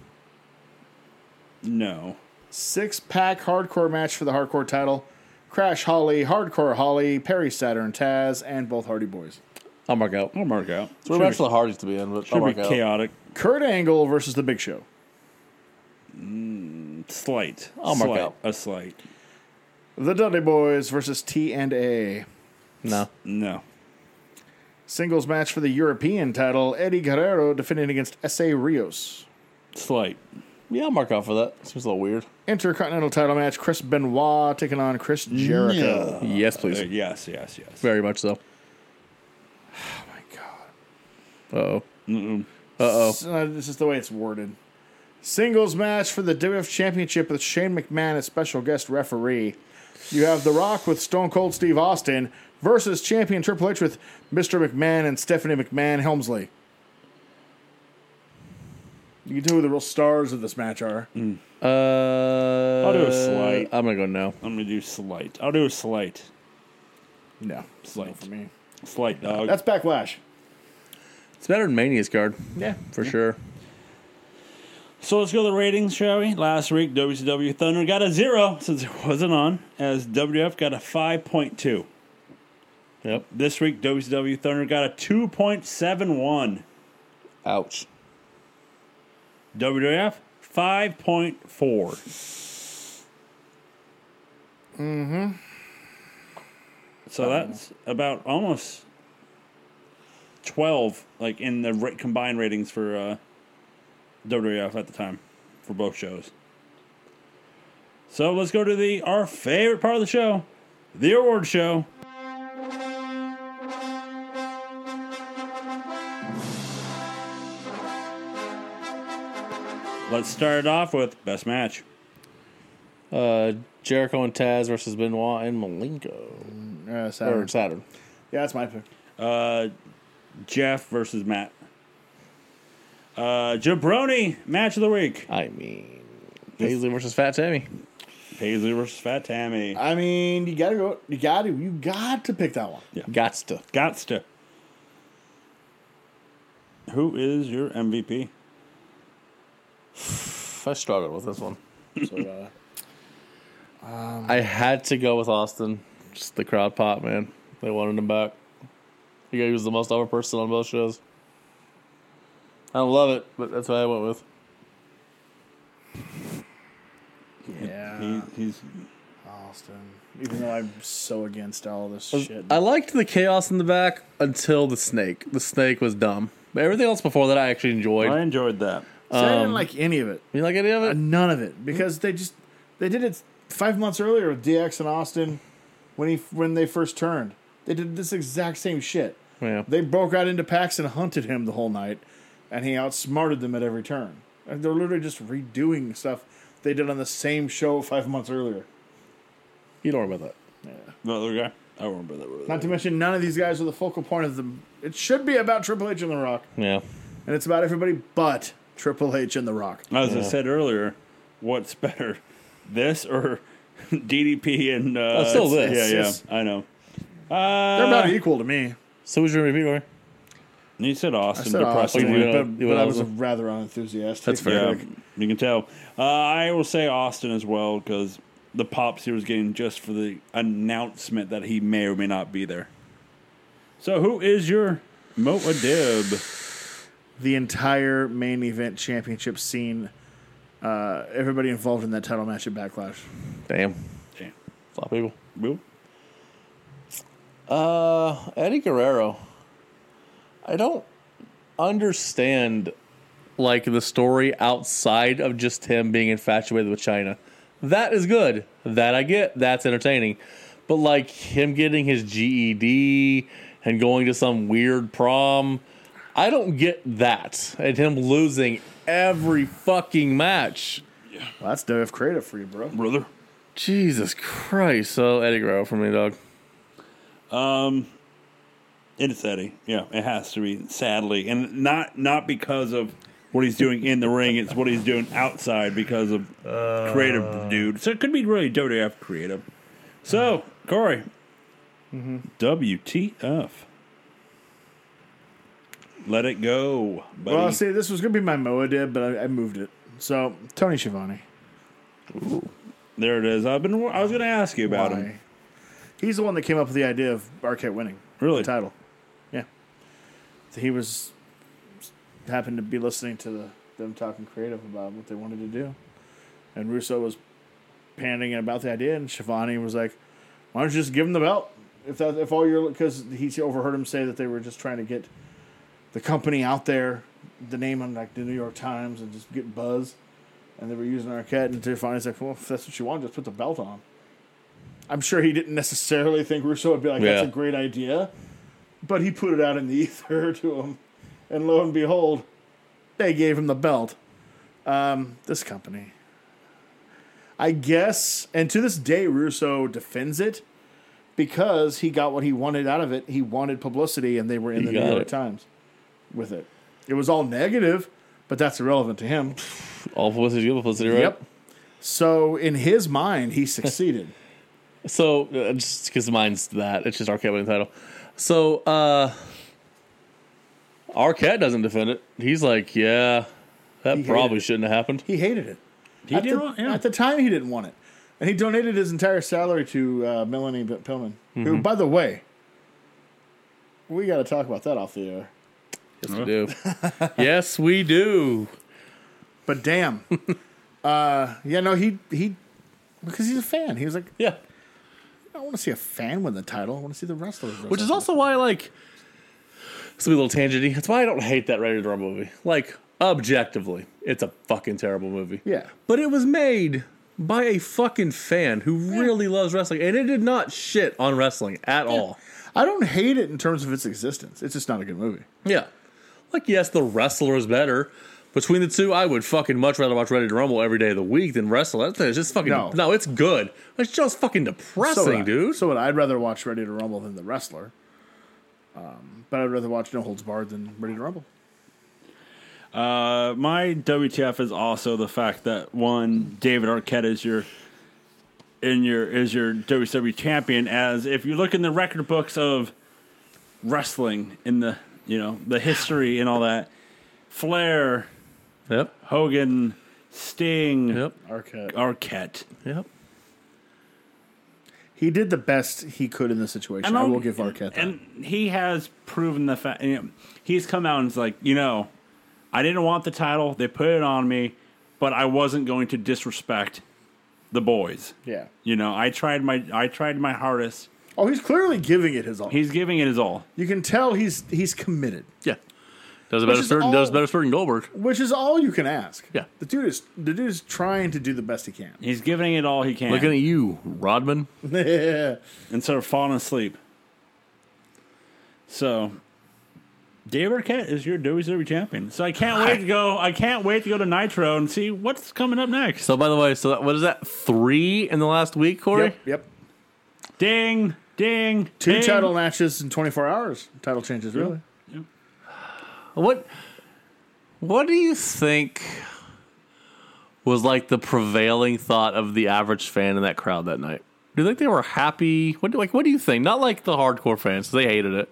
Speaker 1: No.
Speaker 7: Six pack hardcore match for the hardcore title. Crash Holly, Hardcore Holly, Perry Saturn, Taz, and both Hardy Boys.
Speaker 3: I'll mark out.
Speaker 1: I'll mark out.
Speaker 3: It's one of actually hardest to be in, but I'll
Speaker 1: Should be
Speaker 3: mark out.
Speaker 1: chaotic.
Speaker 7: Kurt Angle versus The Big Show.
Speaker 1: Slight.
Speaker 3: I'll mark
Speaker 1: Slight.
Speaker 3: out.
Speaker 1: A slight.
Speaker 7: The Dudley Boys versus T and A.
Speaker 3: No.
Speaker 1: No.
Speaker 7: Singles match for the European title. Eddie Guerrero defending against S.A. Rios.
Speaker 1: Slight.
Speaker 3: Yeah, I'll mark out for that. Seems a little weird.
Speaker 7: Intercontinental title match. Chris Benoit taking on Chris Jericho.
Speaker 3: yes, please.
Speaker 1: Uh, yes, yes, yes.
Speaker 3: Very much (sighs) so.
Speaker 7: Oh my God.
Speaker 3: Uh oh.
Speaker 7: S- uh, this is the way it's worded. Singles match for the WWF Championship with Shane McMahon as special guest referee. You have The Rock with Stone Cold Steve Austin versus champion Triple H with Mr. McMahon and Stephanie McMahon Helmsley. You can tell who the real stars of this match are.
Speaker 3: Uh, I'll
Speaker 1: do a slight.
Speaker 3: I'm gonna go no.
Speaker 1: I'm gonna do slight. I'll do a slight.
Speaker 7: No,
Speaker 1: Slight.
Speaker 7: for me.
Speaker 1: Slight dog.
Speaker 7: That's Backlash.
Speaker 3: It's better than Mania's card
Speaker 7: Yeah.
Speaker 3: for sure.
Speaker 1: so let's go to the ratings, shall we? Last week, WCW Thunder got a zero since it wasn't on, as WF got a 5.2.
Speaker 3: Yep.
Speaker 1: This week, WCW Thunder got a 2.71.
Speaker 3: Ouch.
Speaker 1: WWF, 5.4. Mm-hmm. So that's about almost 12, like in the ra- combined ratings for uh, WWF at the time for both shows. So let's go to the our favorite part of the show, the award show. Let's start it off with best match.
Speaker 3: Uh, Jericho and Taz versus Benoit and Malenko
Speaker 7: Uh,
Speaker 3: or
Speaker 7: Saturn.
Speaker 3: Saturn.
Speaker 7: Yeah, that's my pick.
Speaker 1: Uh, Jeff versus Matt. Uh, Jabroni match of the week.
Speaker 3: I mean, Paisley versus Fat Tammy.
Speaker 1: Paisley versus Fat Tammy.
Speaker 7: I mean, you gotta go. You gotta. You got to pick that one.
Speaker 3: Gots to.
Speaker 1: Gots to. Who is your MVP?
Speaker 3: I struggled with this one.
Speaker 7: So, uh,
Speaker 3: I had to go with Austin. Just the crowd pop, man. They wanted him back. He was the most over person on both shows. I don't love it, but that's what I went with.
Speaker 7: yeah,
Speaker 1: He, he's
Speaker 7: Austin. Even though I'm so against all this shit.
Speaker 3: I liked the chaos in the back until the snake. The snake was dumb. But everything else before that I actually enjoyed.
Speaker 1: I enjoyed that.
Speaker 7: See, I
Speaker 3: Um,
Speaker 7: didn't like any of it. Uh,
Speaker 3: You like any of it?
Speaker 7: None of it because they just they did it five months earlier with DX and Austin when he when they first turned. They did this exact same shit.
Speaker 3: Yeah.
Speaker 7: They broke out into packs and hunted him the whole night, and he outsmarted them at every turn. And they're literally just redoing stuff they did on the same show five months earlier.
Speaker 3: You don't worry about that.
Speaker 1: The other guy. I remember that.
Speaker 7: Not to mention, none of these guys are the focal point of the. It should be about Triple H and The Rock,
Speaker 3: Yeah.
Speaker 7: and it's about everybody but Triple H and The Rock.
Speaker 1: As I said earlier, what's better, this or (laughs) DDP and uh,
Speaker 3: It's still this.
Speaker 1: Yeah, yeah.
Speaker 7: It's-
Speaker 1: I know.
Speaker 7: They're
Speaker 1: Uh,
Speaker 3: Uh,
Speaker 7: about equal to me.
Speaker 3: So was your review, Rory?
Speaker 1: You said
Speaker 7: I
Speaker 1: Austin.
Speaker 7: said
Speaker 1: depressing.
Speaker 7: Austin,
Speaker 3: you went-
Speaker 7: but,
Speaker 3: you
Speaker 7: but
Speaker 3: went
Speaker 7: I was
Speaker 3: Austin.
Speaker 7: rather unenthusiastic.
Speaker 3: That's fair.
Speaker 1: Yeah,
Speaker 3: Eric.
Speaker 1: you can tell. Uh, I will say Austin as well because the pops he was getting just for the announcement that he may or may not be there. So, who is your Moa Dib?
Speaker 7: the entire main event championship scene, uh, everybody involved in that title match at Backlash.
Speaker 3: Damn.
Speaker 1: Damn.
Speaker 3: A lot of people.
Speaker 1: Whoop.
Speaker 3: Uh, Eddie Guerrero. I don't understand like the story outside of just him being infatuated with China. That is good. That I get. That's entertaining. But like him getting his GED and going to some weird prom, I don't get that. And him losing every fucking match.
Speaker 7: Well, that's WF creative for you, bro.
Speaker 1: Brother.
Speaker 3: Jesus Christ. So Eddie Guerrero for me, dog.
Speaker 1: It is Eddie. Yeah, it has to be. Sadly, and not not because of what he's doing in the ring. It's what he's doing outside because of
Speaker 7: Uh.
Speaker 1: creative dude. So it could be really WWF creative. So Corey, WTF? Let it go, buddy.
Speaker 7: Well, see, this was gonna be my Moa did, but I, I moved it. So Tony Schiavone.
Speaker 1: there it is. I've been. I was going to ask you about him.
Speaker 7: Why? He's the one that came up with the idea of Arquette winning
Speaker 1: Really?
Speaker 7: the title. Yeah, he was happened to be listening to the, them talking creative about what they wanted to do, and Russo was panning about the idea, and Shivani was like, "Why don't you just give him the belt?" If that, if all you're because he overheard him say that they were just trying to get the company out there, the name on like the New York Times, and just get buzz, and they were using Arquette, and Shivani's like, "Well, if that's what you want, just put the belt on." I'm sure he didn't necessarily think Russo would be like,
Speaker 3: Yeah.
Speaker 7: "That's a great idea," but he put it out in the (laughs) ether to him, and lo and behold, they gave him the belt. Um, this company, I guess, and to this day, Russo defends it because he got what he wanted out of it. He wanted publicity, and they were in the New
Speaker 3: got
Speaker 7: York
Speaker 3: it.
Speaker 7: Times with it. It was all negative, but that's irrelevant to him.
Speaker 3: All publicity, good publicity, right?
Speaker 7: Yep. So in his mind, he succeeded.
Speaker 3: So, uh, just because mine's that, it's just Arquette winning the title. So, uh, Arquette doesn't defend it. He's like, yeah, that
Speaker 7: hated
Speaker 3: probably
Speaker 7: it.
Speaker 3: shouldn't have happened.
Speaker 7: he hated it.
Speaker 1: He
Speaker 7: at,
Speaker 1: did.
Speaker 7: the,
Speaker 1: well, yeah.
Speaker 7: at the time, he didn't want it, and he donated his entire salary to uh, Melanie B- Pillman.
Speaker 3: Mm-hmm.
Speaker 7: Who, by the way, we got to talk about that off the air.
Speaker 3: Yes, we do. (laughs) yes, we do.
Speaker 7: But damn,
Speaker 3: (laughs)
Speaker 7: uh, yeah, no, he he because he's a fan. He was like,
Speaker 3: Yeah.
Speaker 7: I want to see a fan win the title. I want to see the wrestlers.
Speaker 3: Which is also why, like, this will be a little tangenty. That's why I don't hate that rated R movie. Like, objectively, it's a fucking terrible movie.
Speaker 7: yeah.
Speaker 3: But it was made by a fucking fan who really loves wrestling, and it did not shit on wrestling at all.
Speaker 7: I don't hate it in terms of its existence. It's just not a good movie.
Speaker 3: Yeah. Like, yes, the wrestler is better. Between the two, I would fucking much rather watch Ready to Rumble every day of the week than wrestle. That thing is just fucking. No,
Speaker 7: No.
Speaker 3: it's good. It's just fucking
Speaker 7: So
Speaker 3: depressing,
Speaker 7: would I.
Speaker 3: dude.
Speaker 7: So would I. I'd rather watch Ready to Rumble than The Wrestler. Um, but I'd rather watch No Holds Barred than Ready to Rumble.
Speaker 1: Uh, my WTF is also the fact that one David Arquette is your in your is your WWE champion. As if you look in the record books of wrestling in the you know the history and all that, Flair,
Speaker 3: Yep.
Speaker 1: Hogan, Sting,
Speaker 3: Yep.
Speaker 7: Arquette.
Speaker 1: Arquette.
Speaker 3: Yep.
Speaker 7: He did the best he could in this situation. I
Speaker 1: I'll-
Speaker 7: will give Arquette that.
Speaker 1: And he has proven the fact. You know, he's come out and is like, you know, I didn't want the title. They put it on me, but I wasn't going to disrespect the boys.
Speaker 7: yeah.
Speaker 1: You know, I tried my I tried my hardest.
Speaker 7: Oh, he's clearly giving it his all.
Speaker 1: He's giving it his all.
Speaker 7: you can tell he's he's committed,
Speaker 5: Yeah. Does a better
Speaker 7: is
Speaker 5: spurt
Speaker 7: all-
Speaker 5: does a better spurt than Goldberg.
Speaker 7: which is all you can ask.
Speaker 5: Yeah.
Speaker 7: The dude is the dude is trying to do the best he can.
Speaker 1: He's giving it all he can
Speaker 5: Looking at you, Rodman.
Speaker 7: (laughs)
Speaker 1: instead of falling asleep. So, Dave Arquette is your WWE champion. So I can't wait to go. I can't wait to go to Nitro and see what's coming up next.
Speaker 5: So by the way, so that, what is that? Three in the last week, Corey?
Speaker 7: Yep. Yep.
Speaker 1: Ding, ding,
Speaker 7: Two
Speaker 1: ding.
Speaker 7: title matches in 24 hours. Title changes, really.
Speaker 5: What what do you think was like the prevailing thought of the average fan in that crowd that night? Do you think they were happy? What do, like what do you think? Not like the hardcore fans, 'cause they hated it.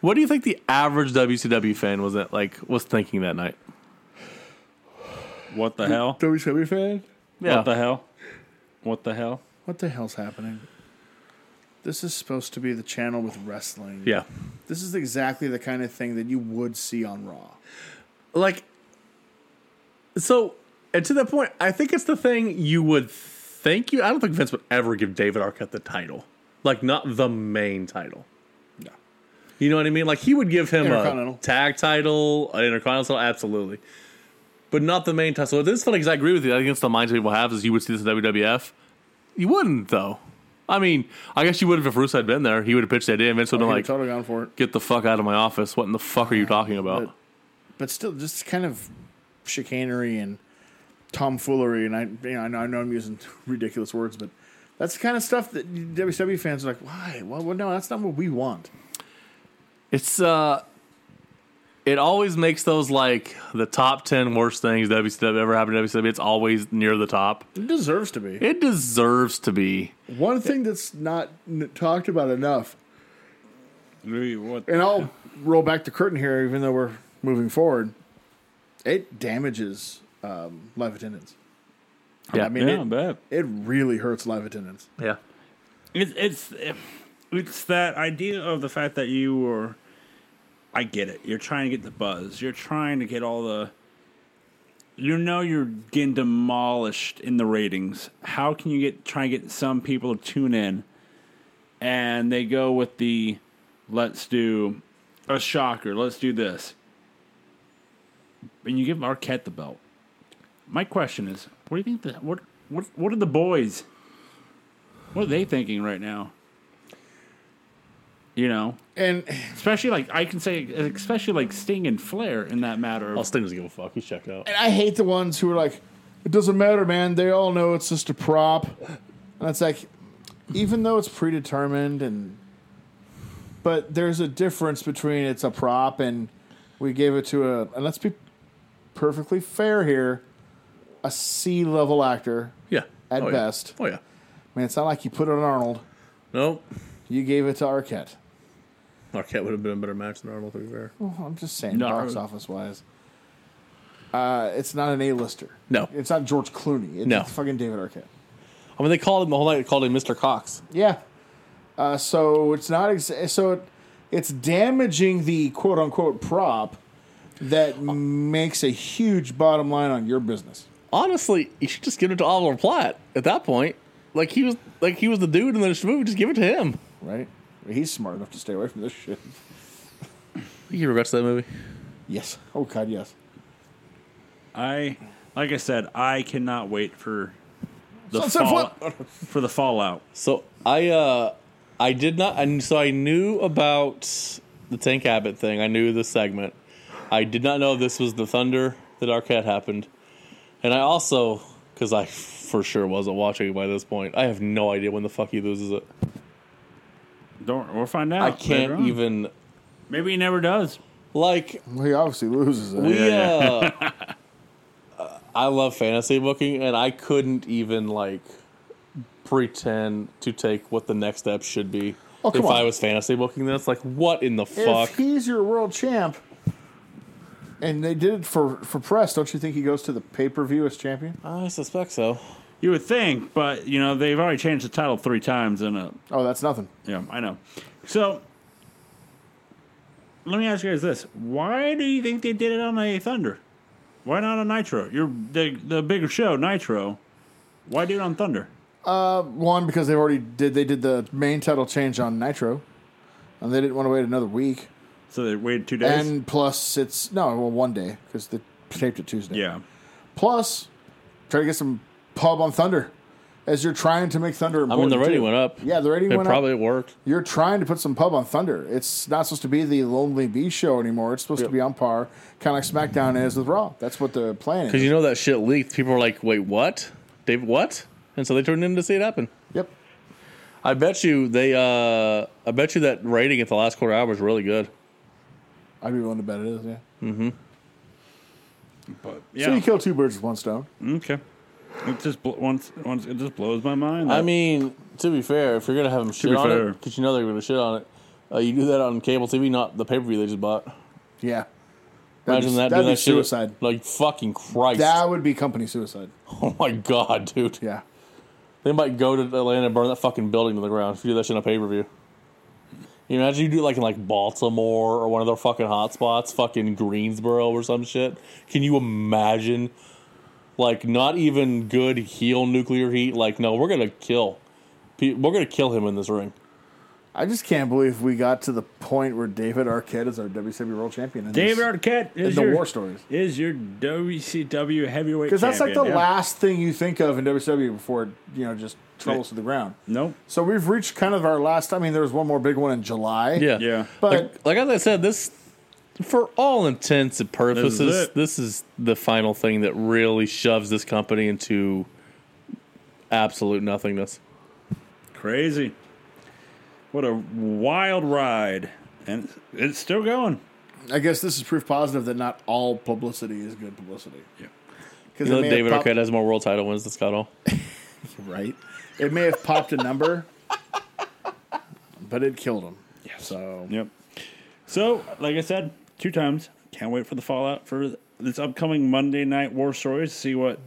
Speaker 5: What do you think the average WCW fan was that like was thinking that night?
Speaker 1: What the hell?
Speaker 7: WWE fan,
Speaker 5: Yeah.
Speaker 1: What the hell? What the hell?
Speaker 7: what the hell's happening? This is supposed to be the channel with wrestling.
Speaker 5: yeah.
Speaker 7: This is exactly the kind of thing that you would see on Raw.
Speaker 3: like so and to that point i think it's the thing you would think you i don't think vince would ever give david arquette the title like not the main title
Speaker 7: No.
Speaker 3: you know what i mean like he would give him a
Speaker 7: Intercontinental.
Speaker 3: tag title an intercontinental absolutely but not the main title so this is funny because i agree with you i think it's the mindset people have is you would see this in wwf you wouldn't though i mean i guess you would have if russo had been there he would have pitched that in vince would have
Speaker 7: Oh,
Speaker 3: been
Speaker 8: Like,
Speaker 3: like
Speaker 8: totally gone for it.
Speaker 3: get the fuck out of my office what in the fuck are you talking about
Speaker 8: but still just kind of chicanery and tomfoolery and I you know I know, I know I'm using (laughs) ridiculous words but that's the kind of stuff that WWE fans are like why well, well no that's not what we want
Speaker 9: It's uh it always makes those like the top ten worst things WCW ever happened to WCW. It's always near the top.
Speaker 8: it deserves to be
Speaker 9: It deserves to be.
Speaker 7: One thing that's not n- talked about enough,
Speaker 1: Maybe what?
Speaker 7: and I'll
Speaker 8: roll back the curtain here even though we're moving forward it damages um, live attendance
Speaker 9: Yeah.
Speaker 8: I mean
Speaker 1: Yeah, I bet.
Speaker 8: it, it really hurts live attendance
Speaker 9: Yeah.
Speaker 1: It's it's it's that idea of the fact that you were. I get it. You're trying to get the buzz. You're trying to get all the. You know you're getting demolished in the ratings. How can you get try and get some people to tune in, and they go with the, let's do, a shocker. Let's do this. And you give Arquette the belt. My question is, what do you think? The, what what what are the boys? What are they thinking right now? You know,
Speaker 7: and
Speaker 1: especially like I can say, especially like Sting and Flair in that matter.
Speaker 3: Sting doesn't give a fuck. He's checked out.
Speaker 7: and I hate the ones who are like, it doesn't matter, man. They all know it's just a prop, and it's like, even though it's predetermined and, but there's a difference between it's a prop and we gave it to a and let's be perfectly fair here, a C level actor
Speaker 3: Yeah.
Speaker 7: at
Speaker 3: oh, yeah.
Speaker 7: best.
Speaker 3: Oh yeah.
Speaker 7: I mean, it's not like you put it on Arnold.
Speaker 3: Nope.
Speaker 7: You gave it to Arquette.
Speaker 3: Marquette would have been a better match than Arnold, to be fair.
Speaker 7: I'm just saying,
Speaker 1: No.
Speaker 7: box office wise. Uh, it's not an A-lister.
Speaker 3: No.
Speaker 7: It's not George Clooney. It's
Speaker 3: No.
Speaker 7: it's fucking David Arquette.
Speaker 3: I mean, they called him the whole night. They called him Mr. Cox.
Speaker 7: Yeah. Uh, so it's not ex- so it, it's damaging the quote unquote prop that makes a huge bottom line on your business.
Speaker 3: Honestly, you should just give it to Oliver Platt at that point. Like he was, like he was the dude in the movie. Just give it to him.
Speaker 7: Right? He's smart enough to stay away from this shit. (laughs)
Speaker 3: He regrets that movie.
Speaker 7: Yes. Oh God, yes.
Speaker 1: I, like I said, I cannot wait for the
Speaker 7: Sunset
Speaker 1: fall, for the fallout.
Speaker 3: So I, uh I did not. And so I knew about the Tank Abbott thing. I knew the segment. I did not know this was the Thunder that Arquette happened. And I also, because I for sure wasn't watching by this point, I have no idea when the fuck he loses it.
Speaker 1: Don't we'll find out.
Speaker 3: I
Speaker 1: later
Speaker 3: can't
Speaker 1: on.
Speaker 3: even
Speaker 1: Maybe he never does.
Speaker 3: like
Speaker 7: Well, he obviously loses it.
Speaker 3: we. Uh, (laughs) I love fantasy booking, and I couldn't even like pretend to take what the next step should be
Speaker 7: Oh, come
Speaker 3: if I
Speaker 7: on.
Speaker 3: was fantasy booking this. Like, what in the fuck?
Speaker 7: If he's your world champ, and they did it for for press, don't you think he goes to the pay per view as champion?
Speaker 3: I suspect so.
Speaker 1: You would think, but you know they've already changed the title three times in a
Speaker 7: Oh, that's nothing.
Speaker 1: Yeah, I know. So let me ask you guys this: Why do you think they did it on a Thunder? Why not on Nitro? You're the the bigger show, Nitro. Why do it on Thunder?
Speaker 7: One because they've already did they did the main title change on Nitro, and they didn't want to wait another week.
Speaker 1: So they waited two days.
Speaker 7: And plus, it's no well one day because they taped it Tuesday.
Speaker 1: yeah,
Speaker 7: Plus, try to get some pub on Thunder as you're trying to make Thunder.
Speaker 3: I mean,
Speaker 7: Important
Speaker 3: the rating
Speaker 7: too.
Speaker 3: went up.
Speaker 7: Yeah, the rating
Speaker 3: it
Speaker 7: went
Speaker 3: probably
Speaker 7: up.
Speaker 3: worked.
Speaker 7: You're trying to put some pub on Thunder. It's not supposed to be the Lonely Bee show anymore. It's supposed to be on par, kind of like SmackDown is with Raw. That's what the plan is.
Speaker 3: Because you know that shit leaked. People were like, "Wait, what? David, what?" And so they turned in to see it happen.
Speaker 7: yep.
Speaker 3: I bet you they. uh I bet you that rating at the last quarter hour was really good.
Speaker 7: I'd be willing to bet it is. Yeah.
Speaker 1: but
Speaker 7: So
Speaker 1: yeah,
Speaker 7: you kill two birds with one stone.
Speaker 1: okay. It just bl- once once it just blows my mind.
Speaker 9: I
Speaker 1: that-
Speaker 9: mean, to be fair, if you're gonna have them shit
Speaker 1: be
Speaker 9: on
Speaker 1: fair.
Speaker 9: it, because you know they're gonna shit on it, uh, you do that on cable TV, not the pay per view they just bought.
Speaker 7: Yeah. That'd
Speaker 9: Imagine
Speaker 7: be-
Speaker 9: that.
Speaker 7: That'd
Speaker 9: doing
Speaker 7: be
Speaker 9: that shit.
Speaker 7: suicide.
Speaker 9: Like fucking Christ.
Speaker 3: (laughs)
Speaker 7: That would be company suicide.
Speaker 9: oh my god, dude.
Speaker 7: Yeah.
Speaker 9: They might go to Atlanta and burn that fucking building to the ground if you do that shit on pay per view.
Speaker 3: You know, imagine you do it like in like Baltimore or one of their fucking hotspots, fucking Greensboro or some shit. Can you imagine? Like not even good heel nuclear heat. Like no, we're gonna kill. pe- We're gonna kill him in this ring.
Speaker 7: I just can't believe we got to the point where David Arquette is our WCW World Champion. And
Speaker 1: David
Speaker 7: this-
Speaker 1: Arquette is
Speaker 7: the
Speaker 1: your,
Speaker 7: war stories.
Speaker 1: is your WCW heavyweight
Speaker 7: Because that's like the
Speaker 1: champion.
Speaker 7: last thing you think of in WCW before it, you know just troubles to the ground.
Speaker 1: Nope.
Speaker 7: So we've reached kind of our last. I mean, there was one more big one in July.
Speaker 3: Yeah,
Speaker 1: Yeah.
Speaker 7: but
Speaker 3: like, like as I said, this for all intents and purposes,
Speaker 1: This
Speaker 3: this
Speaker 1: is
Speaker 3: is,
Speaker 1: it.
Speaker 3: the final thing that really shoves this company into absolute nothingness.
Speaker 1: Crazy. What a wild ride. And it's still going.
Speaker 7: I guess this is proof positive that not all publicity is good publicity.
Speaker 1: Yeah.
Speaker 7: Because
Speaker 3: You know, David Arquette has more world title wins than Scott Hall.
Speaker 7: right? It may have popped a number, but it killed him. Yeah. So
Speaker 1: Yep. So, like I said, two times. Can't wait for the fallout for this upcoming Monday Night War Stories to see what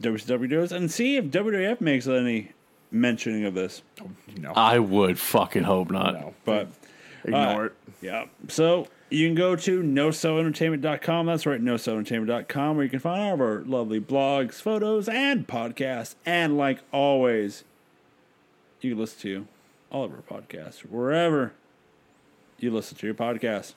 Speaker 1: WCW does and see if WWF makes any mentioning of this.
Speaker 10: I would fucking hope not.
Speaker 1: But uh,
Speaker 7: ignore it.
Speaker 1: yeah. So you can go to nocellentertainment.com. That's right, nocellentertainment.com, where you can find all of our lovely blogs, photos, and podcasts. And like always, you can listen to all of our podcasts wherever you listen to your podcasts.